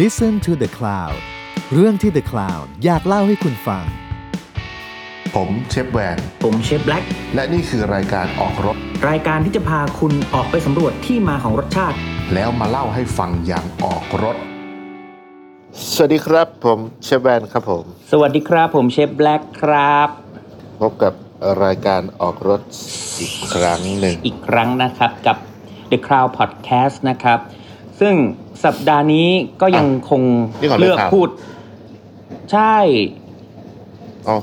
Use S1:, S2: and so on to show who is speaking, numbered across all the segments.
S1: Listen to the Cloud เรื่องที่ The Cloud อยากเล่าให้คุณฟัง
S2: ผมเชฟแวน
S3: ผมเชฟแบล็ก
S2: และนี่คือรายการออกรถ
S3: รายการที่จะพาคุณออกไปสำรวจที่มาของรสชาติ
S2: แล้วมาเล่าให้ฟังอย่างออกรถ
S4: สวัสดีครับผมเชฟแวนครับผม
S3: สวัสดีครับผมเชฟแบล็กครับ
S4: พบกับรายการออกรถอีกครั้งหนึ่ง
S3: อีกครั้งนะครับกับ The Crowd Podcast นะครับ ซึ่งสัปดาห์นี้ก็ยังคง
S4: นี่ก่อนเลย
S3: เลือก
S4: ครับ
S3: พูด ใช่
S4: อ๋อ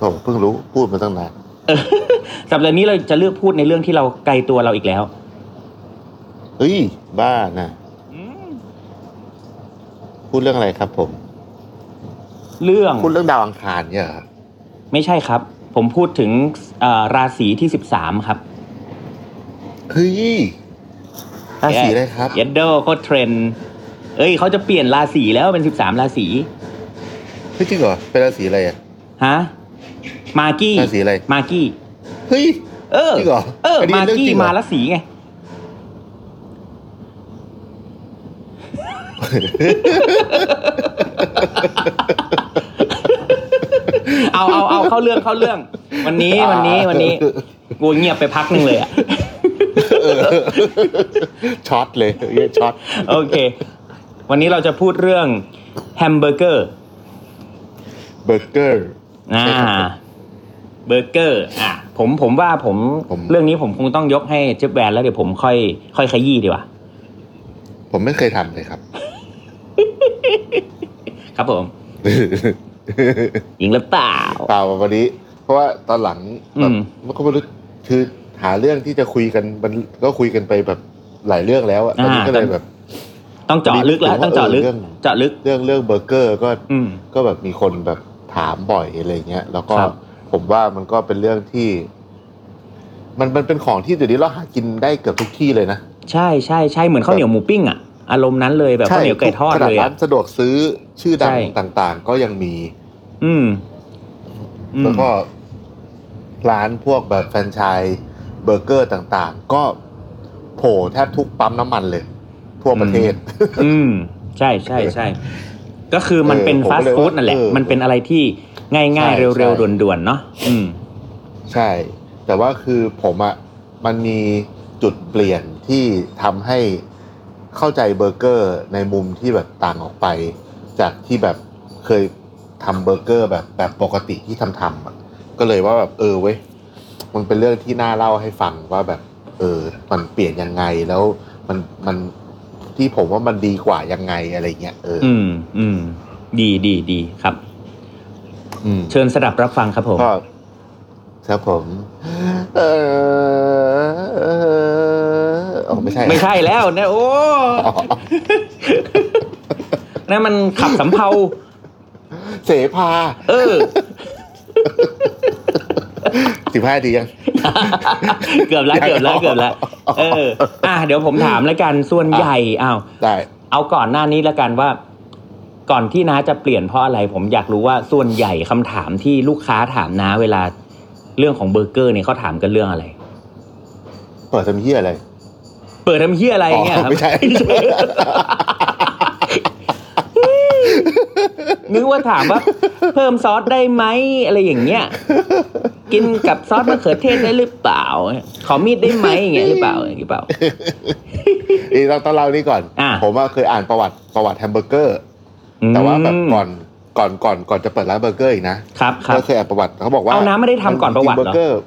S4: ผมเพิ่งรู้พูดมาตั้งนาน
S3: สัปดาห์นี้เราจะเลือกพูดในเรื่องที่เราไกลตัวเราอีกแล้ว
S4: เฮ้ย บ้านะพูดเรื่องอะไรครับผม
S3: เรื่อง
S4: พูดเรื่องดาวอังคารเนี่ยเหรอ
S3: ไม่ใช่ครับ ผมพูดถึงเอ่อราศีที่ 13 ครับ
S4: เฮ้ยราศีอะไรครับ
S3: เยดโดโคตรเทรนด์เอ้ยเขาจะเปลี่ยนราศีแล้วเป็น 13 ราศี
S4: เฮ้ยจริงเหรอเป็นราศีอะไรอ่ะ
S3: ฮะมากกี้
S4: ราศีอะไร
S3: มากกี้
S4: เฮ้ย
S3: เออ
S4: จริงเหรอ
S3: เออ
S4: อันนี้
S3: มาก
S4: เรื่อง
S3: กี้
S4: จริงเหรอ
S3: มาละสีไง เอาเอาเอาเข้าเรื่องเข้าเรื่อง วันนี้วันนี้วันนี้กูเงียบไปพักหนึ่งเลยอ่ะ
S4: ช็อตเลยเฮ้ยช็อต
S3: โอเค วันนี้เราจะพูดเรื่องแฮมเบอร์เกอร์
S4: เบอร์เกอร์
S3: อ่า
S4: ใช่ครับผม
S3: เบอร์เกอร์อ่ะผมผมว่าผม
S4: ผม
S3: เรื่องนี้ผมคงต้องยกให้เจฟแวนแล้วเดี๋ยวผมค่อย ค่อยขยี้ดีกว่า
S4: ผมไม่เคยทำเลยครับ
S3: ครับผมหญิงหรือเปล่า
S4: เปล่าวันนี้ เพราะว่าตอนหลังแบบ
S3: อืม
S4: มันก็ไม่รู้คือหาเรื่องที่จะคุยกันมันก็คุยกันไปแบบหลายเรื่องแล้วอะตอนนี้ก็เลยแบบ
S3: ต้องเจาะลึกแล้ว
S4: ผมว่า
S3: ต้องเจาะลึก
S4: เออเรื่อง
S3: เจาะลึก
S4: เรื่องเรื่องเบอร์เกอร์ก็
S3: อืม
S4: ก็แบบมีคนแบบถามบ่อยอะไรเงี้ยแล้วก็
S3: ครับ
S4: ผมว่ามันก็เป็นเรื่องที่ มันมันเป็นของที่เดี๋ยวนี้เราหากินได้เกือบทุกที่เลยนะ
S3: ใช่ใช่ใช่เหมือนข้าวเหนียวหมูปิ้งอ่ะอารมณ์นั้นเลยแบบข้าวเหนียวไก่ทอด
S4: ขนาด
S3: เลย
S4: ร้า
S3: อ่ะ
S4: นสะดวกซื้อชื่อดัง
S3: ใช่
S4: ต่าง ๆ ก็ยังมี
S3: อืมอืม
S4: แล้วก็ร้านพวกแบบแฟรนไชส์เบอร์เกอร์ต่างๆ ก็โผล่แทบทุกปั๊มน้ำมันเลย ทั่วประเทศ
S3: อืม ใช่ใช่ใช่ก็คือมันเป็น
S4: เออผม
S3: ฟาส
S4: ก็เลย
S3: ต์ฟู้ดนั่นแหละ
S4: เออ
S3: มันเป็นอะไรที่ง่าย
S4: ใช่
S3: ง่ายเร็ว
S4: ใช่
S3: ๆด่วนๆเนาะอืม
S4: ใช่ แต่ว่าคือผมอะมันมีจุดเปลี่ยนที่ทำให้เข้าใจเบอร์เกอร์ในมุมที่แบบต่างออกไป จากที่แบบเคยทำเบอร์เกอร์แบบแบบปกติที่ทำทำอะก็เลยว่าแบบเออเว้ยมันเป็นเรื่องที่น่าเล่าให้ฟังว่าแบบ เออ มันเปลี่ยนยังไงแล้วมันมันที่ผมว่ามันดีกว่ายังไงอะไรเงี้ยเออ
S3: อืมอืม ดีดีดีครับ
S4: อืม
S3: เชิญสดับรับฟังครับผม
S4: ก็ครับผม เออโอ้ไม่ใช่
S3: ไม่ใช่แล้วนะโอ้
S4: อ๋อ
S3: นั่นมันขับสำเภา
S4: เสภา
S3: เออ
S4: สิบห้าดียัง
S3: เกือบแล้วเกือบแล้วเกือบแล้วเออ อ่ะเดี๋ยวผมถามแล้วกันส่วนใหญ่อ้าว
S4: ได้
S3: เอาก่อนหน้านี้แล้วกันว่า ก่อนที่น้าจะเปลี่ยนเพราะอะไร ผมอยากรู้ว่าส่วนใหญ่คำถามที่ลูกค้าถามน้าเวลาเรื่องของเบอร์เกอร์เนี่ยเขาถามกันเรื่องอะไร
S4: เปิดทำเฮียอะไร
S3: เปิดทำเฮียอะไร
S4: อ๋อ
S3: เงี้ยครับ
S4: ไม่ใช่
S3: นึกว่าถามว่า เพิ่มซอสได้ไหมอะไรอย่างเงี้ยกินกับซอสมะเขือเทศได้หรือเปล่า ขอมีดได้ไหมอย่างเงี้ยหรือเปล่าอย่างเงี้ยหรือเปล่า
S4: เอ้ยเราต้องเล่านี่ก่อน
S3: อ่ะ
S4: ผมว่าเคยอ่านประวัติประวัติแฮมเบอร์เกอร์ แต่ว่าแบบก่อนก่อนก่อนก่อนจะเปิดร้านเบอร์เกอร์อีกนะ
S3: ครับครับ
S4: เราเคยอ่านประวัติเขาบอกว่า
S3: เอาน้ำไม่ได้ทำก่อนประวัติ
S4: จงๆ
S3: เหรอ
S4: เบอร์เกอร์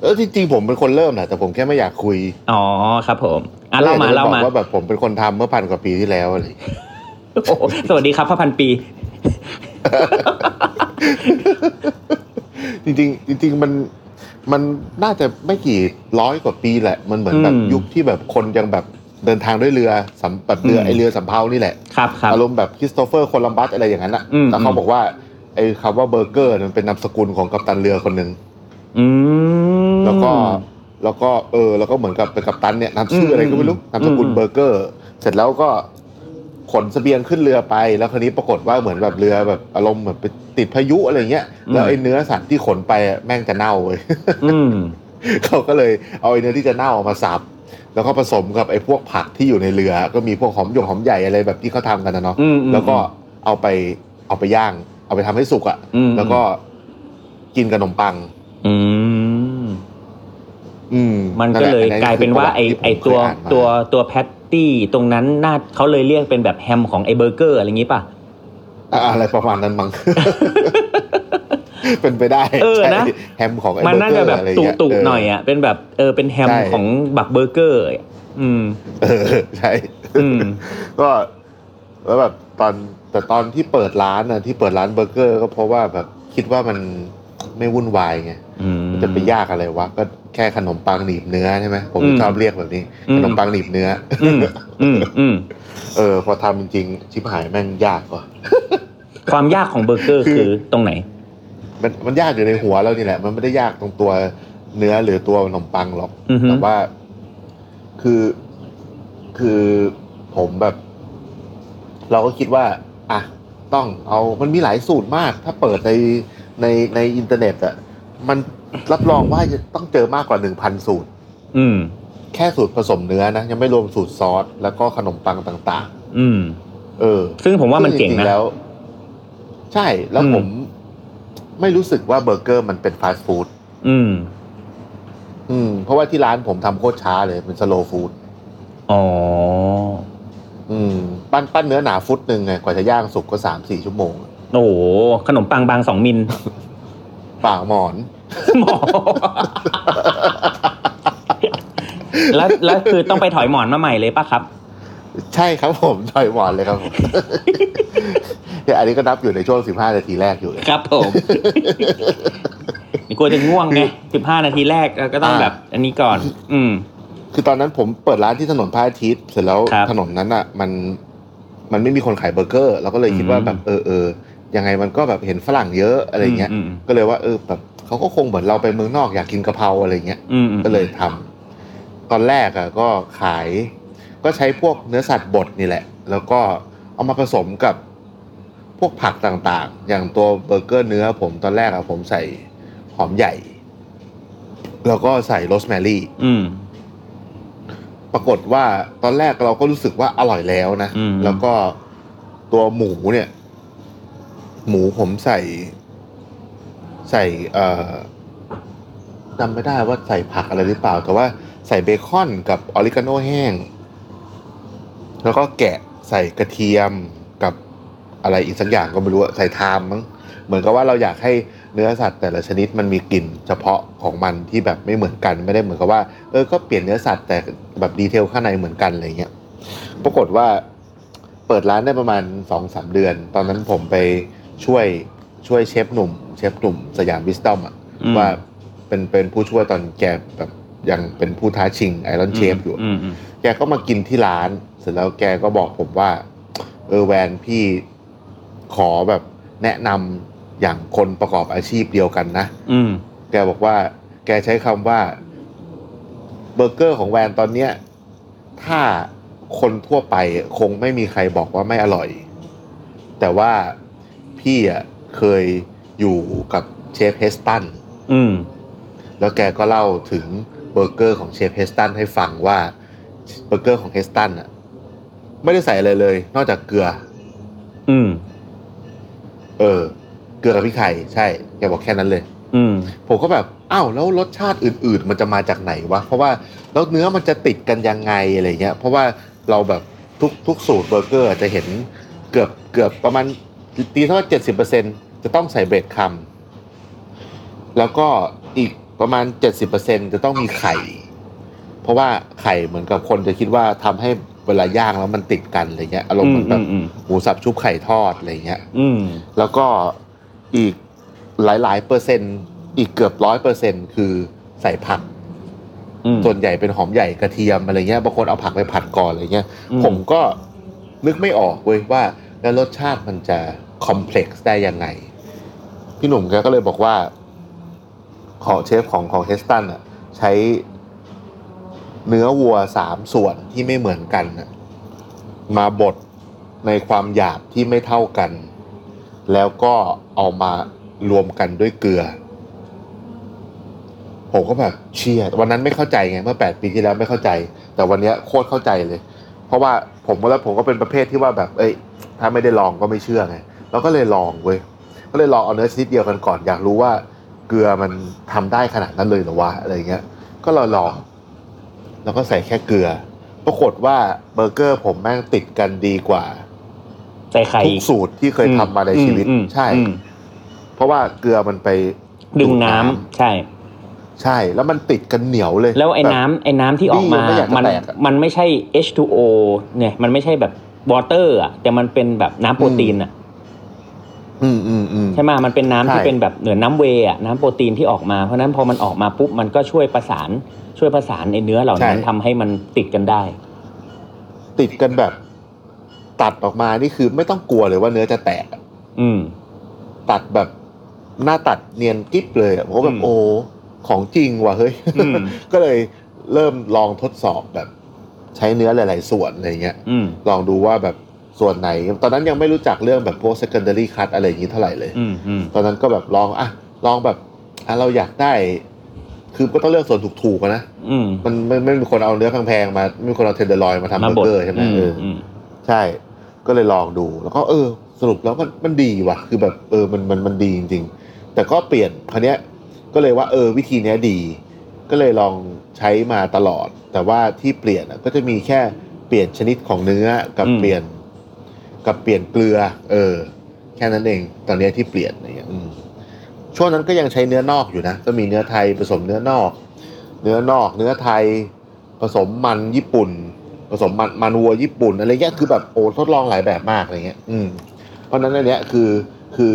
S4: เออจริงๆผมเป็นคนเริ่มนะแต่ผมแค่ไม่อยากคุย
S3: อ๋อครับผมอ่ะเล่ามาเล่ามา
S4: จะบอกว่าแบบผมเป็นคนทำเมื่อพันกว่าปีที่แล้วอะไร
S3: โอ้โหสวัสดีครับพ่อพันปี
S4: จริงๆจริง ๆ มันมันน่าจะไม่กี่ร้อยกว่าปีแหละ มันเหมือนแบบ
S3: อืม
S4: ยุคที่แบบคนยังแบบเดินทางด้วยเรือสำแบบเรืออ
S3: ม
S4: ไอเรือสำเภานี่แหละ
S3: ครับครับ
S4: อารมณ์แบบคริสโตเฟอร์โคลัมบัสอะไรอย่างนั้นอ่ะ
S3: อืม
S4: แต่เขาบอกว่าไอ้คำว่าเบอร์เกอร์มันเป็นนามสกุลของกัปตันเรือคนหนึ่ง
S3: อืม
S4: แล้วก็แล้วก็เออแล้วก็เหมือนกับเป็นกัปตันเนี่ยนามชื่อ
S3: ม
S4: อะไรก็ไม่รู้
S3: อืม
S4: นามสกุล
S3: อืม
S4: เบอร์เกอร์ เสร็จแล้วก็ขนเสบียงขึ้นเรือไป แล้วคราวนี้ปรากฏว่าเหมือนแบบเรือแบบอารมณ์แบบไปติดพายุอะไรเงี้ยแล้วไอ้เนื้อสัตว์ที่ขนไปอะแม่งจะเน่าเว้ย
S3: อืม
S4: เขาก็เลยเอาไอ้เนื้อที่จะเน่ามาสับ แล้วก็ผสมกับไอ้พวกผักที่อยู่ในเรือ ก็มีพวกหอมหยกหอมใหญ่อะไรแบบที่เขาทำกันนะเนาะ
S3: อืมอืม
S4: แล้วก็เอาไปเอาไปย่าง เอาไปทำให้สุกอะ่ะ
S3: อืม
S4: แล้วก็กินกับขนมปัง
S3: อืม
S4: อืม
S3: มันก็เลย
S4: แหะ
S3: กลายเป็นว่าไอ
S4: คื
S3: ไอตัว
S4: ประติที่ผมเคยอ่านมา
S3: ตัวตัวแพตตี้ตรงนั้นน่าเขาเลยเรียกเป็นแบบแฮมของไอเบอร์เกอร์อะไรอย่างงี้ป่ะ
S4: อ่ะอะไรประมาณนั้นมั้ง เป็นไปได้
S3: เออ
S4: ใช่
S3: นะ
S4: แฮมของไอ้
S3: มัน
S4: เบอร์
S3: น่า
S4: เกอ
S3: จะ
S4: ร์
S3: แบบ
S4: อะไร
S3: ตุ
S4: เงี้ย
S3: ตุ
S4: เห
S3: น่อยอ่ะเป็นแบบเออเป็นแฮมของบักเบอร์เกอร์อ่ะอืม
S4: เออ ใช่
S3: อืม
S4: ก็แล้วแบบตอนแต่ตอนที่เปิดร้านนะที่เปิดร้านเบอร์เกอร์ ก็เพราะว่าแบบคิดว่ามันไม่วุ่นวายไง
S3: อืม
S4: มันจะไปยากอะไรวะก็แค่ขนมปังหนีบเนื้อใช่ไหมผม
S3: อืม
S4: ชอบเรียกแบบนี้
S3: อืม
S4: ขนมปังหนีบเนื้อ
S3: อืมอืมอืม
S4: เออพอทำจริงๆชิบหายแม่งยากกว่า
S3: ความยากของเบอร์เกอร์คือตรงไหน
S4: มันมันยากอยู่ในหัวเรานี่แหละ มันไม่ได้ยากตรงตัวเนื้อหรือตัวขนมปังหรอก
S3: อือฮึ
S4: แต่ว่าคือคือผมแบบ เราก็คิดว่าอ่ะต้องเอามันมีหลายสูตรมาก ถ้าเปิดในในในอินเทอร์เน็ตอะมันรับรองว่าจะต้องเจอมากกว่าหนึ่งพันสูตร
S3: อืม
S4: แค่สูตรผสมเนื้อนะ ยังไม่รวมสูตรซอส แล้วก็ขนมปังต่าง
S3: อืม
S4: ๆ เออ
S3: ซึ่งผมว่ามันเจ๋ง
S4: ซึ่จริๆ
S3: นะ
S4: แล้ว ใช่แล้ว
S3: อืม
S4: ผม ไม่รู้สึกว่าเบอร์เกอร์มันเป็นฟาสต์ฟู้ด
S3: อืม
S4: อืม เพราะว่าที่ร้านผมทำโคตรช้าเลยเป็นสโลว์ฟู้ด
S3: อ๋อ
S4: อืม ปั้นปั้นเนื้อหนาฟุตหนึ่งไงกว่าจะย่างสุกก็สามสี่ชั่วโมง
S3: โอ้โห ขนมปังบางสองมิล
S4: ปากหมอน
S3: หมอ แล้วแล้วคือต้องไปถอยหมอนมาใหม่เลยป่ะครับ
S4: ใช่ครับผม ถอยหมอนเลยครับผม เนี่ยอันนี้ก็นับอยู่ในช่วงสิบห้านาทีแรกอยู่เลย
S3: ครับผมกลัวจะง่วงไงสิบห้านาทีแรกก็ต้อง
S4: อ่า
S3: แบบ อันนี้ก่อน อืม
S4: คือตอนนั้นผมเปิดร้านที่ถนนพระอาทิตย์เสร็จแล้ว
S3: ครับ
S4: ถนนนั้นอ่ะ มันมันไม่มีคนขายเบอร์เกอร์เราก็เลยคิด
S3: อืม
S4: ว่าแบบเออเออยังไงมันก็แบบเห็นฝรั่งเยอะอะไรเงี้ย
S3: ม
S4: ก็เลยว่าเออแบบเขาก็คงเหมือนเราไปเมืองนอกอยากกินกะเพราอะไรเงี้ย
S3: อืมอืม
S4: ก็เลยทำตอนแรกอ่ะก็ขาย ก็ใช้พวกเนื้อสัตว์บดนี่แหละ แล้วก็เอามาผสมกับพวกผักต่างๆ อย่างตัวเบอร์เกอร์เนื้อผมตอนแรกอ่ะผมใส่หอมใหญ่ แล้วก็ใส่โรสแมรี่
S3: อืม
S4: ปรากฏว่าตอนแรกเราก็รู้สึกว่าอร่อยแล้วนะ
S3: อืม
S4: แล้วก็ตัวหมูเนี่ย หมูผมใส่ ใส่ เอ่อจำไม่ได้ว่าใส่ผักอะไรหรือเปล่า แต่ว่าใส่เบคอนกับออริกาโนแห้ง แล้วก็แกะใส่กระเทียมกับอะไรอีกสักอย่างก็ไม่รู้อะใส่ไทามมั้งเหมือนกับว่าเราอยากให้เนื้อสัตว์แต่ละชนิดมันมีกลิ่นเฉพาะของมันที่แบบไม่เหมือนกัน ไม่ได้เหมือนกับว่าเออก็เปลี่ยนเนื้อสัตว์แต่แบบดีเทลข้างในเหมือนกันอะไรเงี้ยปรากฏว่าเปิดร้านได้ประมาณสองสามเดือน ตอนนั้นผมไปช่วยช่วยเชฟหนุ่ม เชฟหนุ่มสยามวิสตอมอะ
S3: อืม
S4: ว่าเป็นเป็นผู้ช่วยตอนแกแบบยังเป็นผู้ท้าชิงไอรอนเชฟอยู่
S3: อืมอืม
S4: แกก็มากินที่ร้าน เสร็จแล้วแกก็บอกผมว่า เออแวนพี่ขอแบบแนะนำอย่างคนประกอบอาชีพเดียวกันนะ
S3: อืม
S4: แกบอกว่า แกใช้คำว่าเบอร์เกอร์ของแวนตอนเนี้ย ถ้าคนทั่วไปคงไม่มีใครบอกว่าไม่อร่อย แต่ว่าพี่อ่ะเคยอยู่กับเชฟเฮสตัน
S3: อืม
S4: แล้วแกก็เล่าถึงเบอร์เกอร์ของเชฟเฮสตันให้ฟังว่าเบอร์เกอร์ของเฮสตันอ่ะ ไม่ได้ใส่อะไรเลย นอกจากเกลือ
S3: อืม
S4: เออ เกลือกับพริกไทยใช่ แกบอกแค่นั้นเลย
S3: อืม
S4: ผมก็แบบอ้าวแล้วรสชาติอื่น ๆ มันจะมาจากไหนวะ เพราะว่าแล้วเนื้อมันจะติดกันยังไงอะไรเงี้ยเพราะว่าเราแบบทุกทุกสูตรเบอร์เกอร์จะเห็นเกือบเกือบประมาณตีเท่าเจ็ดสิบเปอร์เซ็นจะต้องใส่เบรดคำแล้วก็อีกประมาณเจ็ดสิบเปอร์เซ็นจะต้องมีไข่ เพราะว่าไข่เหมือนกับคนจะคิดว่าทำให้เวลาย่างแล้วมันติดกันอะไรเงี้ยอารมณ์
S3: อืม
S4: เหมือนแบ
S3: อื
S4: บ
S3: มอืม
S4: หมูสับชุบไข่ทอดอะไรเงี้ย
S3: อืม
S4: แล้วก็อีกหลาย ๆ เปอร์เซ็นต์อีกเกือบร้อยเปอร์เซ็นต์คือใส่ผัก
S3: อืม
S4: ส่วนใหญ่เป็นหอมใหญ่กระเทียมอะไรเงี้ยบางคนเอาผักไปผัดก่อนอะไรเงี้ย
S3: อืม
S4: ผมก็นึกไม่ออกเว้ยว่า แล้วรสชาติมันจะคอมเพล็กซ์ได้ยังไง พี่หนุ่มแกก็เลยบอกว่า ของเชฟของของเฮสตันอ่ะ ใช้เนื้อวัวสามส่วนที่ไม่เหมือนกันน่ะมาบดในความหยาบที่ไม่เท่ากัน แล้วก็เอามารวมกันด้วยเกลือ ผมก็แบบเชียวันนั้นไม่เข้าใจไงเมื่อ 8 ปีที่แล้วไม่เข้าใจ แต่วันเนี้ยโคตรเข้าใจเลย เพราะว่าผมก็แล้วผมก็เป็นประเภทที่ว่าแบบ เอ้ย ถ้าไม่ได้ลองก็ไม่เชื่อไงเราก็เลยลองเว้ยก็เลยลองเอาเนื้อชนิดเดียวกันก่อนอยากรู้ว่าเกลือมันทำได้ขนาดนั้นเลยเหรอวะอะไรเงี้ย ก็เราลองแล้วก็ใส่แค่เกลือ ปรากฏว่าเบอร์เกอร์ผมแม่งติดกันดีกว่า
S3: ใส่ไข่
S4: ทุกสูตรที่เคยทำมาในชีวิต
S3: อืมอืม
S4: ใช่
S3: อืม
S4: เพราะว่าเกลือมันไป
S3: ดึงน้ำใช่
S4: ใช่ แล้วมันติดกันเหนียวเลย
S3: แล้วไอ้
S4: บบ
S3: น้ำไอ้น้ำที่ออก
S4: บี้
S3: มา
S4: มันไม่อยากจะ
S3: มัน
S4: แตกอะ
S3: มันไม่ใช่ H2O เนี่ยมันไม่ใช่แบบวอเตอร์อ่ะแต่มันเป็นแบบน้ำโปรตีนอ่ะ
S4: อืมอืมอืม
S3: ใช่ไหมยมันเป็นน้ำที่
S4: ใช่
S3: เป็นแบบเหนือนน้ำเวย์อ่ะน้ำโปรตีนที่ออกมาเพราะฉะนั้นพอมันออกมาปุ๊บมันก็ช่วยประสานช่วยประสานไอ้เนื้อเหล่านั้นทำให้มันติดกันได้
S4: ติดกันแบบ ตัดออกมานี่คือไม่ต้องกลัวเลยว่าเนื้อจะแตก
S3: อืม
S4: ตัดแบบหน้าตัดเนียนกิ๊บเลยอะผมก็แบ
S3: อื
S4: บ
S3: ม
S4: โอ้ของจริงว่ะเฮ้ย
S3: อืม
S4: ก็เลยเริ่มลองทดสอบแบบ ใช้เนื้อหลาย ๆ ส่วนอะไรเงี้ย
S3: อืม
S4: ลองดูว่าแบบส่วนไหน ตอนนั้นยังไม่รู้จักเรื่องแบบพวก secondary cut อะไรอย่างนี้เท่าไหร่เลย
S3: อืมอืม
S4: ตอนนั้นก็แบบลองอ่ะลองแบบอ่ะเราอยากได้ คือก็ต้องเลือกส่วนถูกๆอะนะ
S3: อืม
S4: มันไม่ไม่มีคนเอาเนื้อแพงๆมาไม่มีคนเอาเทนเดอร์ลอยมาทำเบอร์เกอร์ใช่ไหม
S3: อื
S4: เออ
S3: อืม
S4: ใช่ ก็เลยลองดู แล้วก็เออ สรุปแล้วมันมันดีว่ะ คือแบบเออมันมันมันดีจริง ๆ แต่ก็เปลี่ยนคราวเนี้ย ก็เลยว่าเออวิธีเนี้ยดี ก็เลยลองใช้มาตลอด แต่ว่าที่เปลี่ยนอะก็จะมีแค่เปลี่ยนชนิดของเนื้อกับเปลี่ยน กับเปลี่ยนเกลือ เออ แค่นั้นเอง ตอนเนี้ยที่เปลี่ยนอะไรเงี้ยอืมช่วงนั้นก็ยังใช้เนื้อนอกอยู่นะ ก็มีเนื้อไทยผสมเนื้อนอก เนื้อนอก เนื้อไทย ผสมมันญี่ปุ่น ผสมมันมันวัวญี่ปุ่นอะไรเงี้ยคือแบบโอ้ทดลองหลายแบบมากอะไรเงี้ย อืม เพราะฉะนั้นอันเนี้ยคือคือ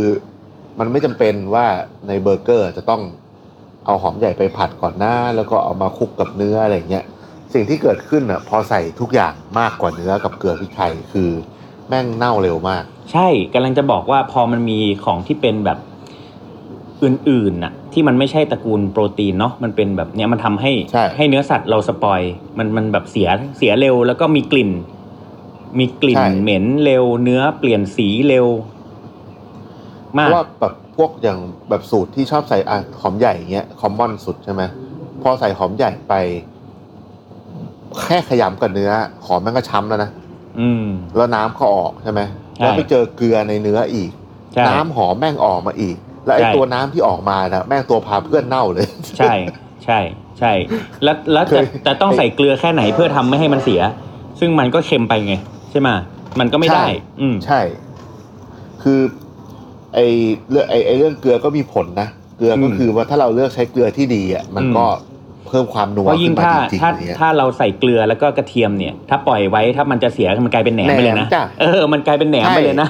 S4: มันไม่จำเป็นว่าในเบอร์เกอร์จะต้องเอาหอมใหญ่ไปผัดก่อนหน้า แล้วก็เอามาคลุกกับเนื้ออะไรเงี้ย สิ่งที่เกิดขึ้นอ่ะพอใส่ทุกอย่างมากกว่าเนื้อกับเกลือพริกไทยคือแม่งเน่าเร็วมาก
S3: ใช่กำลังจะบอกว่าพอมันมีของที่เป็นแบบอื่นๆน่ะ ที่มันไม่ใช่ตระกูลโปรตีนเนาะมันเป็นแบบเนี้ยมันทำให้
S4: ใช่
S3: เนื้อสัตว์เราสปอยมันมันแบบเสียเสียเร็วแล้วก็มีกลิ่น มีกลิ่น
S4: ใช่
S3: เหม็นเร็ว เนื้อเปลี่ยนสีเร็ว
S4: เพ
S3: มาก
S4: ราะว่าแบบพวกอย่างแบบสูตรที่ชอบใส่อ่ะหอมใหญ่เงี้ยคอมมอนสุดใช่ไหมพอใส่หอมใหญ่ไป แค่ขยำกับเนื้อ หอมมันก็ช้ำแล้วนะ
S3: อืม
S4: แล้วน้ำก็ออกใช่ไหมแล้วไปเจอเกลือในเนื้ออีก
S3: ใช่
S4: น้ำหอมแม่งออกมาอีก แล้วไอ้
S3: ใช่
S4: ตัวน้ำที่ออกมานะแม่งตัวพาเพื่อนเน่าเลย
S3: ใช่ ใช่ ใช่ แล้วแล้ว
S4: เค
S3: จะ
S4: ย
S3: จะต้องใส่เกลือแค่ไหนเพื่อทำไม่ให้มันเสีย ซึ่งมันก็เค็มไปไง ใช่ไหมมันก็ไม่ได้ อืม
S4: ใช่ คือไอ้เรื่องไอ้ไอ้เรื่องเกลือก็มีผลนะ เกลือก็
S3: อืม
S4: คือว่าถ้าเราเลือกใช้เกลือที่ดีอ่ะ มัน
S3: อืม
S4: ก็เพิ่มความนัว
S3: เพราะยิ่
S4: ขึ้
S3: ง
S4: นมา
S3: ถ้า
S4: จริงๆอย่าง
S3: ถ้า
S4: เงี้ย
S3: ถ้าเราใส่เกลือแล้วก็กระเทียมเนี่ย ถ้าปล่อยไว้ถ้ามันจะเสียมันกลายเป็นแหนมไปเลยนะ
S4: แหนมจ้ะ
S3: เออมันกลายเป็นแหนม
S4: ใช่
S3: ไปเลยนะ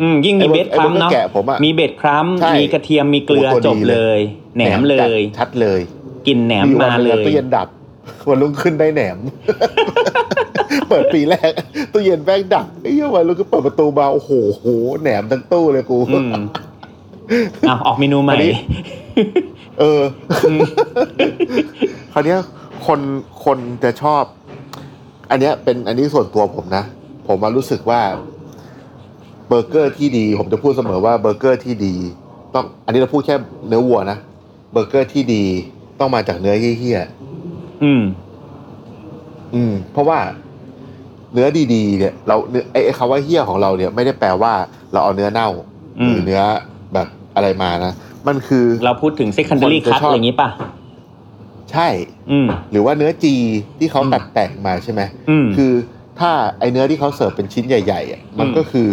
S3: อืมยิ่งมี
S4: ไอ้
S3: เบ็ดครัม
S4: ไอ้พวก
S3: เนาะ
S4: แกะผมอะ
S3: มีเบ็ดครัม
S4: ใช่
S3: มีกระเทียมมีเกลือ
S4: โอ้ตัวดี
S3: จบเลย แหนมเล
S4: จัด
S3: ย
S4: ชัดเลย
S3: กลินแหนม
S4: อยู่วั
S3: มาน
S4: หนึ่ง
S3: เล
S4: อะ
S3: ย
S4: ตู้เย็นดับ วันรุ่งขึ้นได้แหนม เปิดปีแรก ตู้เย็นแม่งดับไอ้เหี้ยวันรุ่งขึ้นเปิดประตูมาโอ้โหแหนมทั้งตู้เลยกู
S3: อื มเอาออกเมนูใหม่
S4: อันนี้ เอออ คราวเนี้ยคนคนจะชอบ อันเนี้ยเป็นอันนี้ส่วนตัวผมนะ ผมมารู้สึกว่าเบอร์เกอร์ที่ดี ผมจะพูดเสมอว่าเบอร์เกอร์ที่ดี ต้อง อันนี้เราพูดแค่เนื้อวัวนะเบอร์เกอร์ที่ดีต้องมาจากเนื้อเหี้ยๆ
S3: อืม
S4: อืมเพราะว่าเนื้อดีๆเนี่ยเราเนื้อไอ้ไอ้คำว่าเหี้ยของเราเนี่ยไม่ได้แปลว่าเราเอาเนื้อเน่า
S3: อืม
S4: หรือเนื้อแบบอะไรมานะ มันคือ
S3: เราพูดถึง secondary
S4: คนจะ
S3: cut
S4: ชอบ
S3: อะไรอย่างนี้ป่ะ
S4: ใช่
S3: อืม
S4: หรือว่าเนื้อจีที่เขา
S3: อืม
S4: ตัดแต่งมาใช่ไหม
S3: อืม
S4: คือถ้าไอ้เนื้อที่เขาเสิร์ฟเป็นชิ้นใหญ่ๆอ่ะมัน
S3: อืม
S4: ก็คือ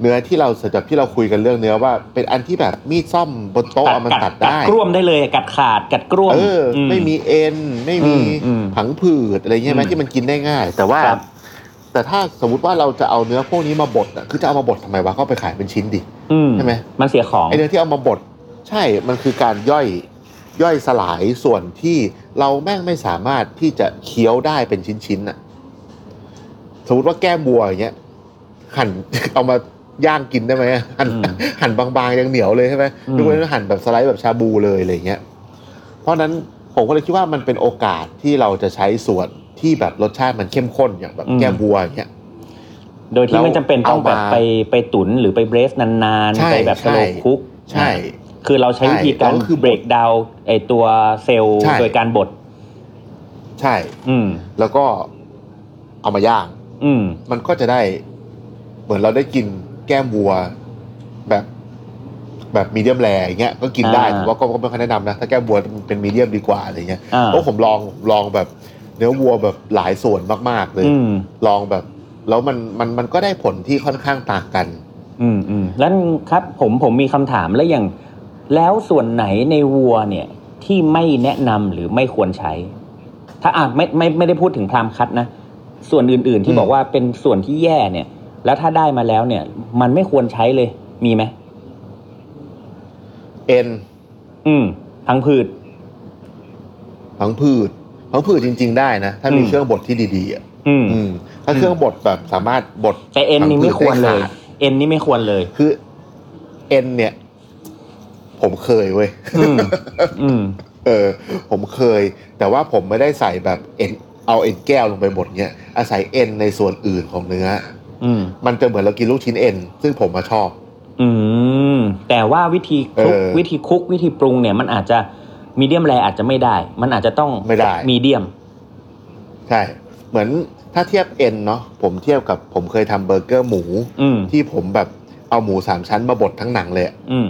S4: เนื้อที่เราเสิร์ฟจากที่เราคุยกันเรื่องเนื้อว่า เป็นอันที่แบบมีดซ่อมบนโต๊ะเอามันตัดได้
S3: กร่วมได้เลยอะกัดขาดกัดกร่วม
S4: เอออ
S3: ม
S4: ไม่มีเอ็น ไม่มี
S3: อืมอืม
S4: ผังผืดอะไรเงี้ยไหม
S3: อืม
S4: ที่มันกินได้ง่าย แต่ว่า
S3: ครับ
S4: แต่ถ้าสมมติว่าเราจะเอาเนื้อพวกนี้มาบดอ่ะคือจะเอามาบดทำไมวะก็เอาไปขายเป็นชิ้นดิ
S3: อืม
S4: ใช่ไหม
S3: มันเสียของ
S4: ไอเนื้อที่เอามาบดใช่มันคือการย่อยย่อยสลายส่วนที่เราแม่งไม่สามารถที่จะเคี้ยวได้เป็นชิ้นๆน่ะ สมมติว่าแก้มบัวอย่างเงี้ยหั่น เอามาย่างกินได้ไหมหั่น
S3: อืม
S4: หั่นบางๆยังเหนียวเลยใช่ไหม
S3: อืม
S4: ยกเว้นว่าหั่นแบบสไลด์แบบชาบูเลยอะไรเงี้ย เพราะฉะนั้นผมก็เลยคิดว่ามันเป็นโอกาสที่เราจะใช้ส่วนที่แบบรสชาติมันเข้มข้นอย่างแบบแก้มบัวอย่างเงี้ย
S3: โดยที่
S4: แล้ว
S3: ไม่จำเป็นต้องแบบ
S4: เอามา
S3: ไปไปตุนหรือไปเบรสนาน
S4: ใช่
S3: ๆ ไปแบบส
S4: ใช่
S3: โลว์คุก
S4: ใช่
S3: คือเราใช้วิธีการ
S4: ใช่ก็คือ
S3: เบรกดาวไอตัวเซลล์
S4: ใช่
S3: โดยการบด
S4: ใช่
S3: อืม
S4: แล้วก็เอามาย่าง
S3: อืม
S4: มันก็จะได้เหมือนเราได้กินแก้มวัวแบบแบบมีเดียมแรอย่างเงี้ยก็กินได้
S3: อ่า
S4: แต่ว่าก็ก็ไม่ค่อยแนะนำนะ ถ้าแก้มวัวเป็นมีเดียมดีกว่าอะไรเงี้ย
S3: อ่า
S4: เพราะผมลองลองแบบเนื้อวัวแบบหลายส่วนมากๆเลย
S3: อืม
S4: ลองแบบ แล้วมันมันมันก็ได้ผลที่ค่อนข้างต่างกัน
S3: อืมอืมแล้วครับผมผมมีคำถามแล้วอย่าง แล้วส่วนไหนในวัวเนี่ย ที่ไม่แนะนำหรือไม่ควรใช้ ถ้าอ่ะไม่ไม่ไม่ได้พูดถึงพรามคัดนะ ส่วนอื่นๆที่
S4: อืม
S3: บอกว่าเป็นส่วนที่แย่เนี่ย แล้วถ้าได้มาแล้วเนี่ย มันไม่ควรใช้เลย มีไหม
S4: เอ็น
S3: อืมทั้งพืช
S4: ผังผืดผังผืดจริง ๆ ได้นะ ถ้ามี
S3: อืม
S4: เครื่องบดที่ดีๆอ่ะ
S3: อืม
S4: อืมถ้าเครื่องบดแบบสามารถบด
S3: แต่เอ็นนี่ไม่ควรเลย
S4: ผังผืดได้ขาด
S3: เอ็นนี่ไม่ควรเลย
S4: คือเอ็นเนี่ย ผมเคยเว้ย
S3: อืมอืม
S4: เออผมเคย แต่ว่าผมไม่ได้ใส่แบบเอ็นเอาเอ็นแก้วลงไปหมดเนี่ยอาศัยเอ็นในส่วนอื่นของเนื้อ
S3: อืม
S4: มันจะเหมือนเรากินลูกชิ้นเอ็น ซึ่งผมมาชอบ
S3: อืม แต่ว่าวิธีคลุก
S4: เออ
S3: วิธีคลุกวิธีปรุงเนี่ยมันอาจจะมีเดียมแรอาจจะไม่ได้ มันอาจจะต้อง
S4: ไม่ได้
S3: มีเดียม
S4: ใช่ เหมือนถ้าเทียบเอ็นเนาะผมเทียบกับผมเคยทำเบอร์เกอร์หมู
S3: อืม
S4: ที่ผมแบบเอาหมูสามชั้นมาบดทั้งหนังเลยอะ
S3: อืม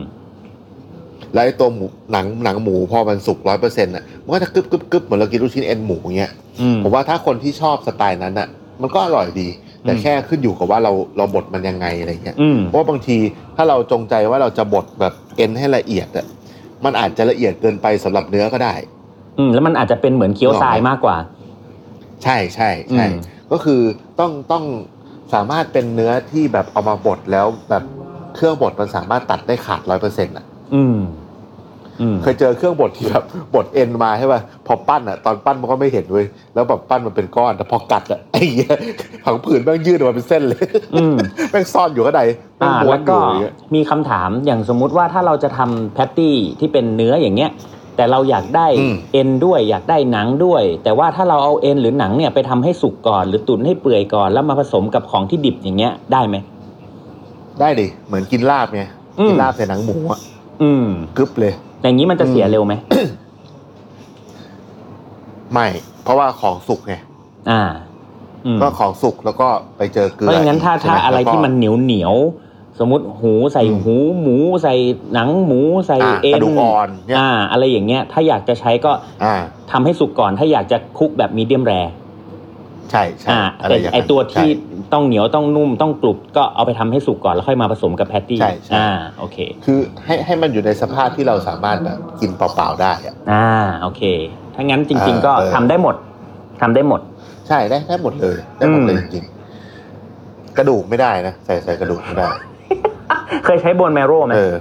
S4: แล้วไอ้ตัวหมูหนังหนังหมูพอมันสุกร้อยเปอร์เซ็นต์อ่ะมันก็จะกรึบกรึบกรึบเหมือนเรากินลูกชิ้นเอ็นหมูอย่างเงี้ย
S3: อืม
S4: ผมว่าถ้าคนที่ชอบสไตล์นั้นอ่ะ มันก็อร่อยดี แต่
S3: อืม
S4: แค่ขึ้นอยู่กับว่าเราเราบดมันยังไงอะไรเงี้ย
S3: อืม
S4: เพราะว่าบางทีถ้าเราจงใจว่าเราจะบดแบบเอ็นให้ละเอียดอะมันอาจจะละเอียดเกินไปสำหรับเนื้อก็ได้
S3: อืม แล้วมันอาจจะเป็นเหมือนเคี้ยวทรายมากกว่า
S4: ใช่ใช่ใช่
S3: อืม
S4: ก็คือต้องต้องสามารถเป็นเนื้อที่แบบเอามาบดแล้วแบบเครื่องบดมันสามารถตัดได้ขาดร้อยเปอร์เซ็นต์อ่ะ
S3: อืม อืม
S4: เคยเจอเครื่องบดที่แบบบดเอ็นมาใช่ป่ะพอปั้นอ่ะตอนปั้นมันก็ไม่เห็นเว้ยแล้วแบบปั้นมันเป็นก้อนแต่พอกัดอ่ะไอ้เหี้ยผังผืนแม่งยืดออกมาเป็นเส้นเลย
S3: อืม
S4: แม่งซ่อนอยู่ข้างในแม่
S3: อ่าง
S4: ม้ว
S3: แล้
S4: น
S3: ว
S4: อ
S3: ก็
S4: ยู่อย่างเงี้ย
S3: มีคำถามอย่างสมมุติว่าถ้าเราจะทำแพตตี้ที่เป็นเนื้ออย่างเงี้ย แต่เราอยากได้
S4: อืม
S3: เอ็นด้วยอยากได้หนังด้วย แต่ว่าถ้าเราเอาเอ็นหรือหนังเนี่ยไปทำให้สุกก่อนหรือตุ๋นให้เปื่อยก่อนแล้วมาผสมกับของที่ดิบอย่างเงี้ยได้ไหม
S4: ได้ดิเหมือนกินลาบไง
S3: อืม
S4: กินลาบใส่หนังหมูอ่ะ
S3: อืม
S4: กึบเลย
S3: อย่างนี้มันจะเสียเร็วไหม
S4: ไม่ เพราะว่าของสุกไง
S3: อ่า อืม
S4: ก็ของสุกแล้วก็ไปเจอเกลื
S3: เพ
S4: อ
S3: ราะอย่างนั้นถ้า
S4: ใช่
S3: ถ้า
S4: ห
S3: อะไร
S4: แล้วก็
S3: ที่มันเหนียวเหนียวๆสมมติหูใส่
S4: อืม
S3: หูหมูใส่หนังหมูใส่
S4: อ่ะ
S3: เอ็
S4: กระ
S3: น
S4: ดูกอ่อนเนี่ย
S3: อ่า อะไรอย่างเงี้ย ถ้าอยากจะใช้ก็
S4: อ่า
S3: ทำให้สุกก่อน ถ้าอยากจะคลุกแบบมีเดียมแร
S4: ใช่ใช่
S3: อ่า
S4: อะไร
S3: แต่
S4: อย่าง
S3: ไอ
S4: นั้น
S3: ตัวที่
S4: ใช่
S3: ต้องเหนียวต้องนุ่มต้องกรุบก็เอาไปทำให้สุกก่อนแล้วค่อยมาผสมกับแพตตี้
S4: ใช่ใช่
S3: อ่าโอเค
S4: คือให้ให้มันอยู่ในสภาพที่เราสามารถแบบกินเปล่าๆได้อะ
S3: อ่าโอเค ถ้างั้นจริง ๆ ก็
S4: เออ
S3: ทำได้หมดทำได้หมด
S4: ใช่ได้ได้หมดเลยได้หมดเลยจ
S3: อืม
S4: ริงๆกระดูกไม่ได้นะใส่ใส่กระดูกไม่ได้
S3: เคยใช้โบนแมโร่ไหม
S4: เออ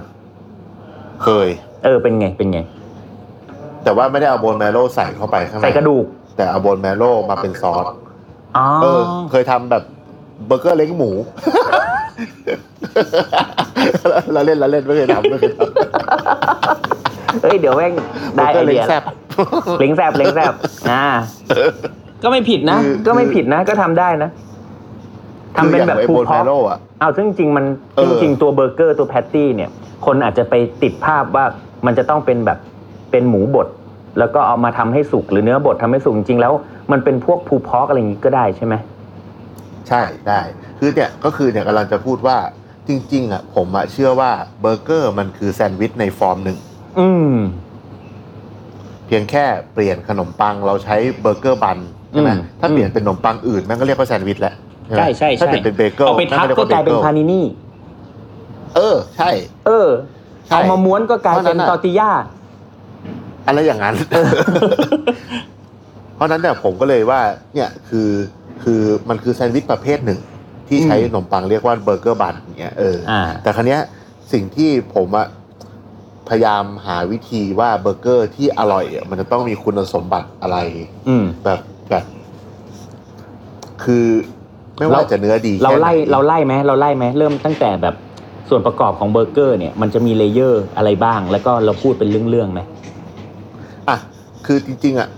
S4: เคย
S3: เออเป็นไงเป็นไง
S4: แต่ว่าไม่ได้เอาโบนแมโลใส่เข้าไปข้างใน
S3: ใส่กระดูก
S4: แต่เอาโบนแมโลมาเป็นซอส
S3: อ๋อ
S4: เออ เคยทำแบบเบอร์เกอร์เล้งหมู เราเล่นเราเล่นไม่เคยทำไม่เคยทำ
S3: เอ้ยเดี๋ยวแม่งได้ไอเดียละเล้งแซบเล้งแซบอ่า ก็ไม่ผิดนะ
S4: คือ
S3: ก็ไม่ผิดนะ ก็ทำได้นะทำเป็นแบบ
S4: คืออย่างไอ้โบน
S3: ฟูลพ็อป
S4: แมโล่อะ
S3: เอาซึ่งจริงๆมัน
S4: เอ
S3: จ
S4: อ
S3: ริงๆตัวเบอร์เกอร์ตัวแพตตี้เนี่ย คนอาจจะไปติดภาพว่ามันจะต้องเป็นแบบเป็นหมูบดแล้วก็เอามาทำให้สุกหรือเนื้อบดทำให้สุกจริงๆแล้ว มันเป็นพวกพูพอกอะไรอย่างงี้ก็ได้ใช่ไหม
S4: ใช่ได้ คือเนี่ยก็คือเนี่ยกำลังจะพูดว่าจริง ๆ อ่ะ ผมอะเชื่อว่าเบอร์เกอร์มันคือแซนด์วิชในฟอร์มหนึ่ง
S3: อืม
S4: เพียงแค่เปลี่ยนขนมปังเราใช้เบอร์เกอร์บันใช่ไหม
S3: อืม
S4: ถ้า
S3: อืม
S4: เปลี่ยนเป็นขนมปังอื่นแม่งก็เรียกว่าแซนด์วิชแหละไหม
S3: ใช่ใช่
S4: ถ้า
S3: ใช่
S4: เปลี่ยนเป็นเบเกิล
S3: เอาไปทับ
S4: แม่ง
S3: ก็
S4: รี
S3: กลายเป็นพา
S4: ว่บ
S3: นินี่
S4: เออ ใช่
S3: เออ
S4: ใช่
S3: เอามาม้วนก็กลายเป็น
S4: เพราะฉะนั้นอะ
S3: ตอร์ติย่า
S4: อะไรอย่างนั้น เพราะฉะนั้นเนี่ยผมก็เลยว่า เนี่ยคือคือมันคือแซนด์วิชประเภทหนึ่ง ที่ใช้
S3: อืม
S4: ขนมปังเรียกว่าเบอร์เกอร์บันอย่างเงี้ยเอออ
S3: อ่า
S4: แต่ครั้เนี้ยสิ่งที่ผมอะพยายามหาวิธีว่าเบอร์เกอร์ที่อร่อยอะมันจะต้องมีคุณสมบัติอะไร
S3: อืม
S4: แบบแบบ คือไม่ว่า
S3: เรา
S4: จะเนื้อดี
S3: เราไล่
S4: แค่หน
S3: เราไล่ไหมเราไล่ไหมเริ่มตั้งแต่แบบส่วนประกอบของเบอร์เกอร์เนี่ยมันจะมีเลเยอร์อะไรบ้าง แล้วก็เราพูดเป็นเรื่องๆไหม
S4: อ่ะคือจริง ๆอะ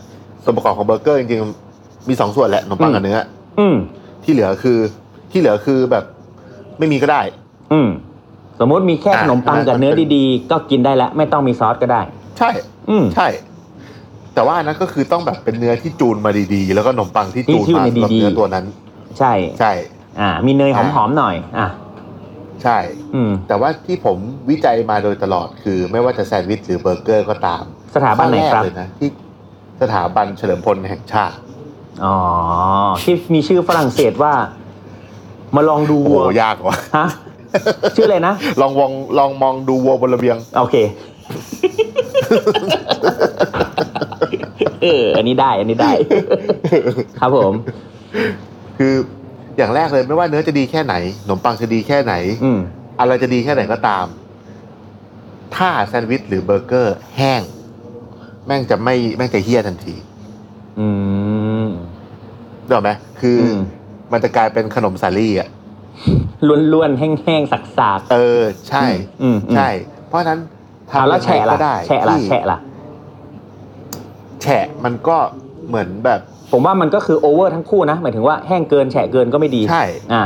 S4: ส่วนประกอบของเบอร์เกอร์จริงๆมีสองส่วนแหละขนมปังกับเนื้อ
S3: อืม
S4: ที่เหลือคือ ที่เหลือคือแบบไม่มีก็ได้
S3: อืม สมมติมีแค่
S4: อ่ะ
S3: ขนมปังกับ
S4: มันเป็น
S3: เนื้อดีๆ ก็กินได้แล้วไม่ต้องมีซอสก็ได้
S4: ใช่
S3: อืม
S4: ใช่ แต่ว่าอันนั้นก็คือต้องแบบเป็นเนื้อที่จูนมาดีๆ แล้วก็ขนมปังที่จูนมาสำหรับเนื้อตัวนั้น
S3: ใช่
S4: ใช่
S3: อ่า มีเนยหอมๆหน่อย อ่ะ
S4: ใช่
S3: อืม
S4: แต่ว่าที่ผมวิจัยมาโดยตลอดคือ ไม่ว่าจะแซนด์วิชหรือเบอร์เกอร์ก็ตาม
S3: สถาบันไหน
S4: ข้อแก
S3: ครับ
S4: เลยนะที่สถาบันเฉลิมพลแห่งชาติ
S3: อ๋อที่มีชื่อฝรั่งเศสว่า มาลองดู
S4: โอ้โห
S3: วัวย
S4: ากว่ะ
S3: ฮะชื่ออะไรนะ
S4: ลองวองลองมองดูวัวบนระเบียง
S3: โอเค เออ อันนี้ได้ อันนี้ได้ ครับผม
S4: คืออย่างแรกเลยไม่ว่าเนื้อจะดีแค่ไหนขนมปังจะดีแค่ไหน
S3: อืม
S4: อะไรจะดีแค่ไหนก็ตาม ถ้าแซนด์วิชหรือเบอร์เกอร์แห้ง แม่งจะไม่แม่งจะเฮี้ยทันที
S3: อืม
S4: เด้ไหมคืออ
S3: ม
S4: มันจะกลายเป็นขนมสาลี่อ่ะ
S3: ล้วนๆ แห้งๆ สัก
S4: เออ ใช่
S3: ๆ อืมอืม
S4: ใช่ เพราะฉะนั้น
S3: เอา
S4: ทำ
S3: แล้วแฉะ
S4: ยังไง
S3: ล่ะ
S4: ก็ได้
S3: แฉะล่ะ
S4: ที่
S3: แฉะล่ะ
S4: แฉะมันก็เหมือนแบบ
S3: ผมว่ามันก็คือโอเวอร์ทั้งคู่นะ หมายถึงว่าแห้งเกินแฉะเกินก็ไม่ดี
S4: ใช่
S3: อ่า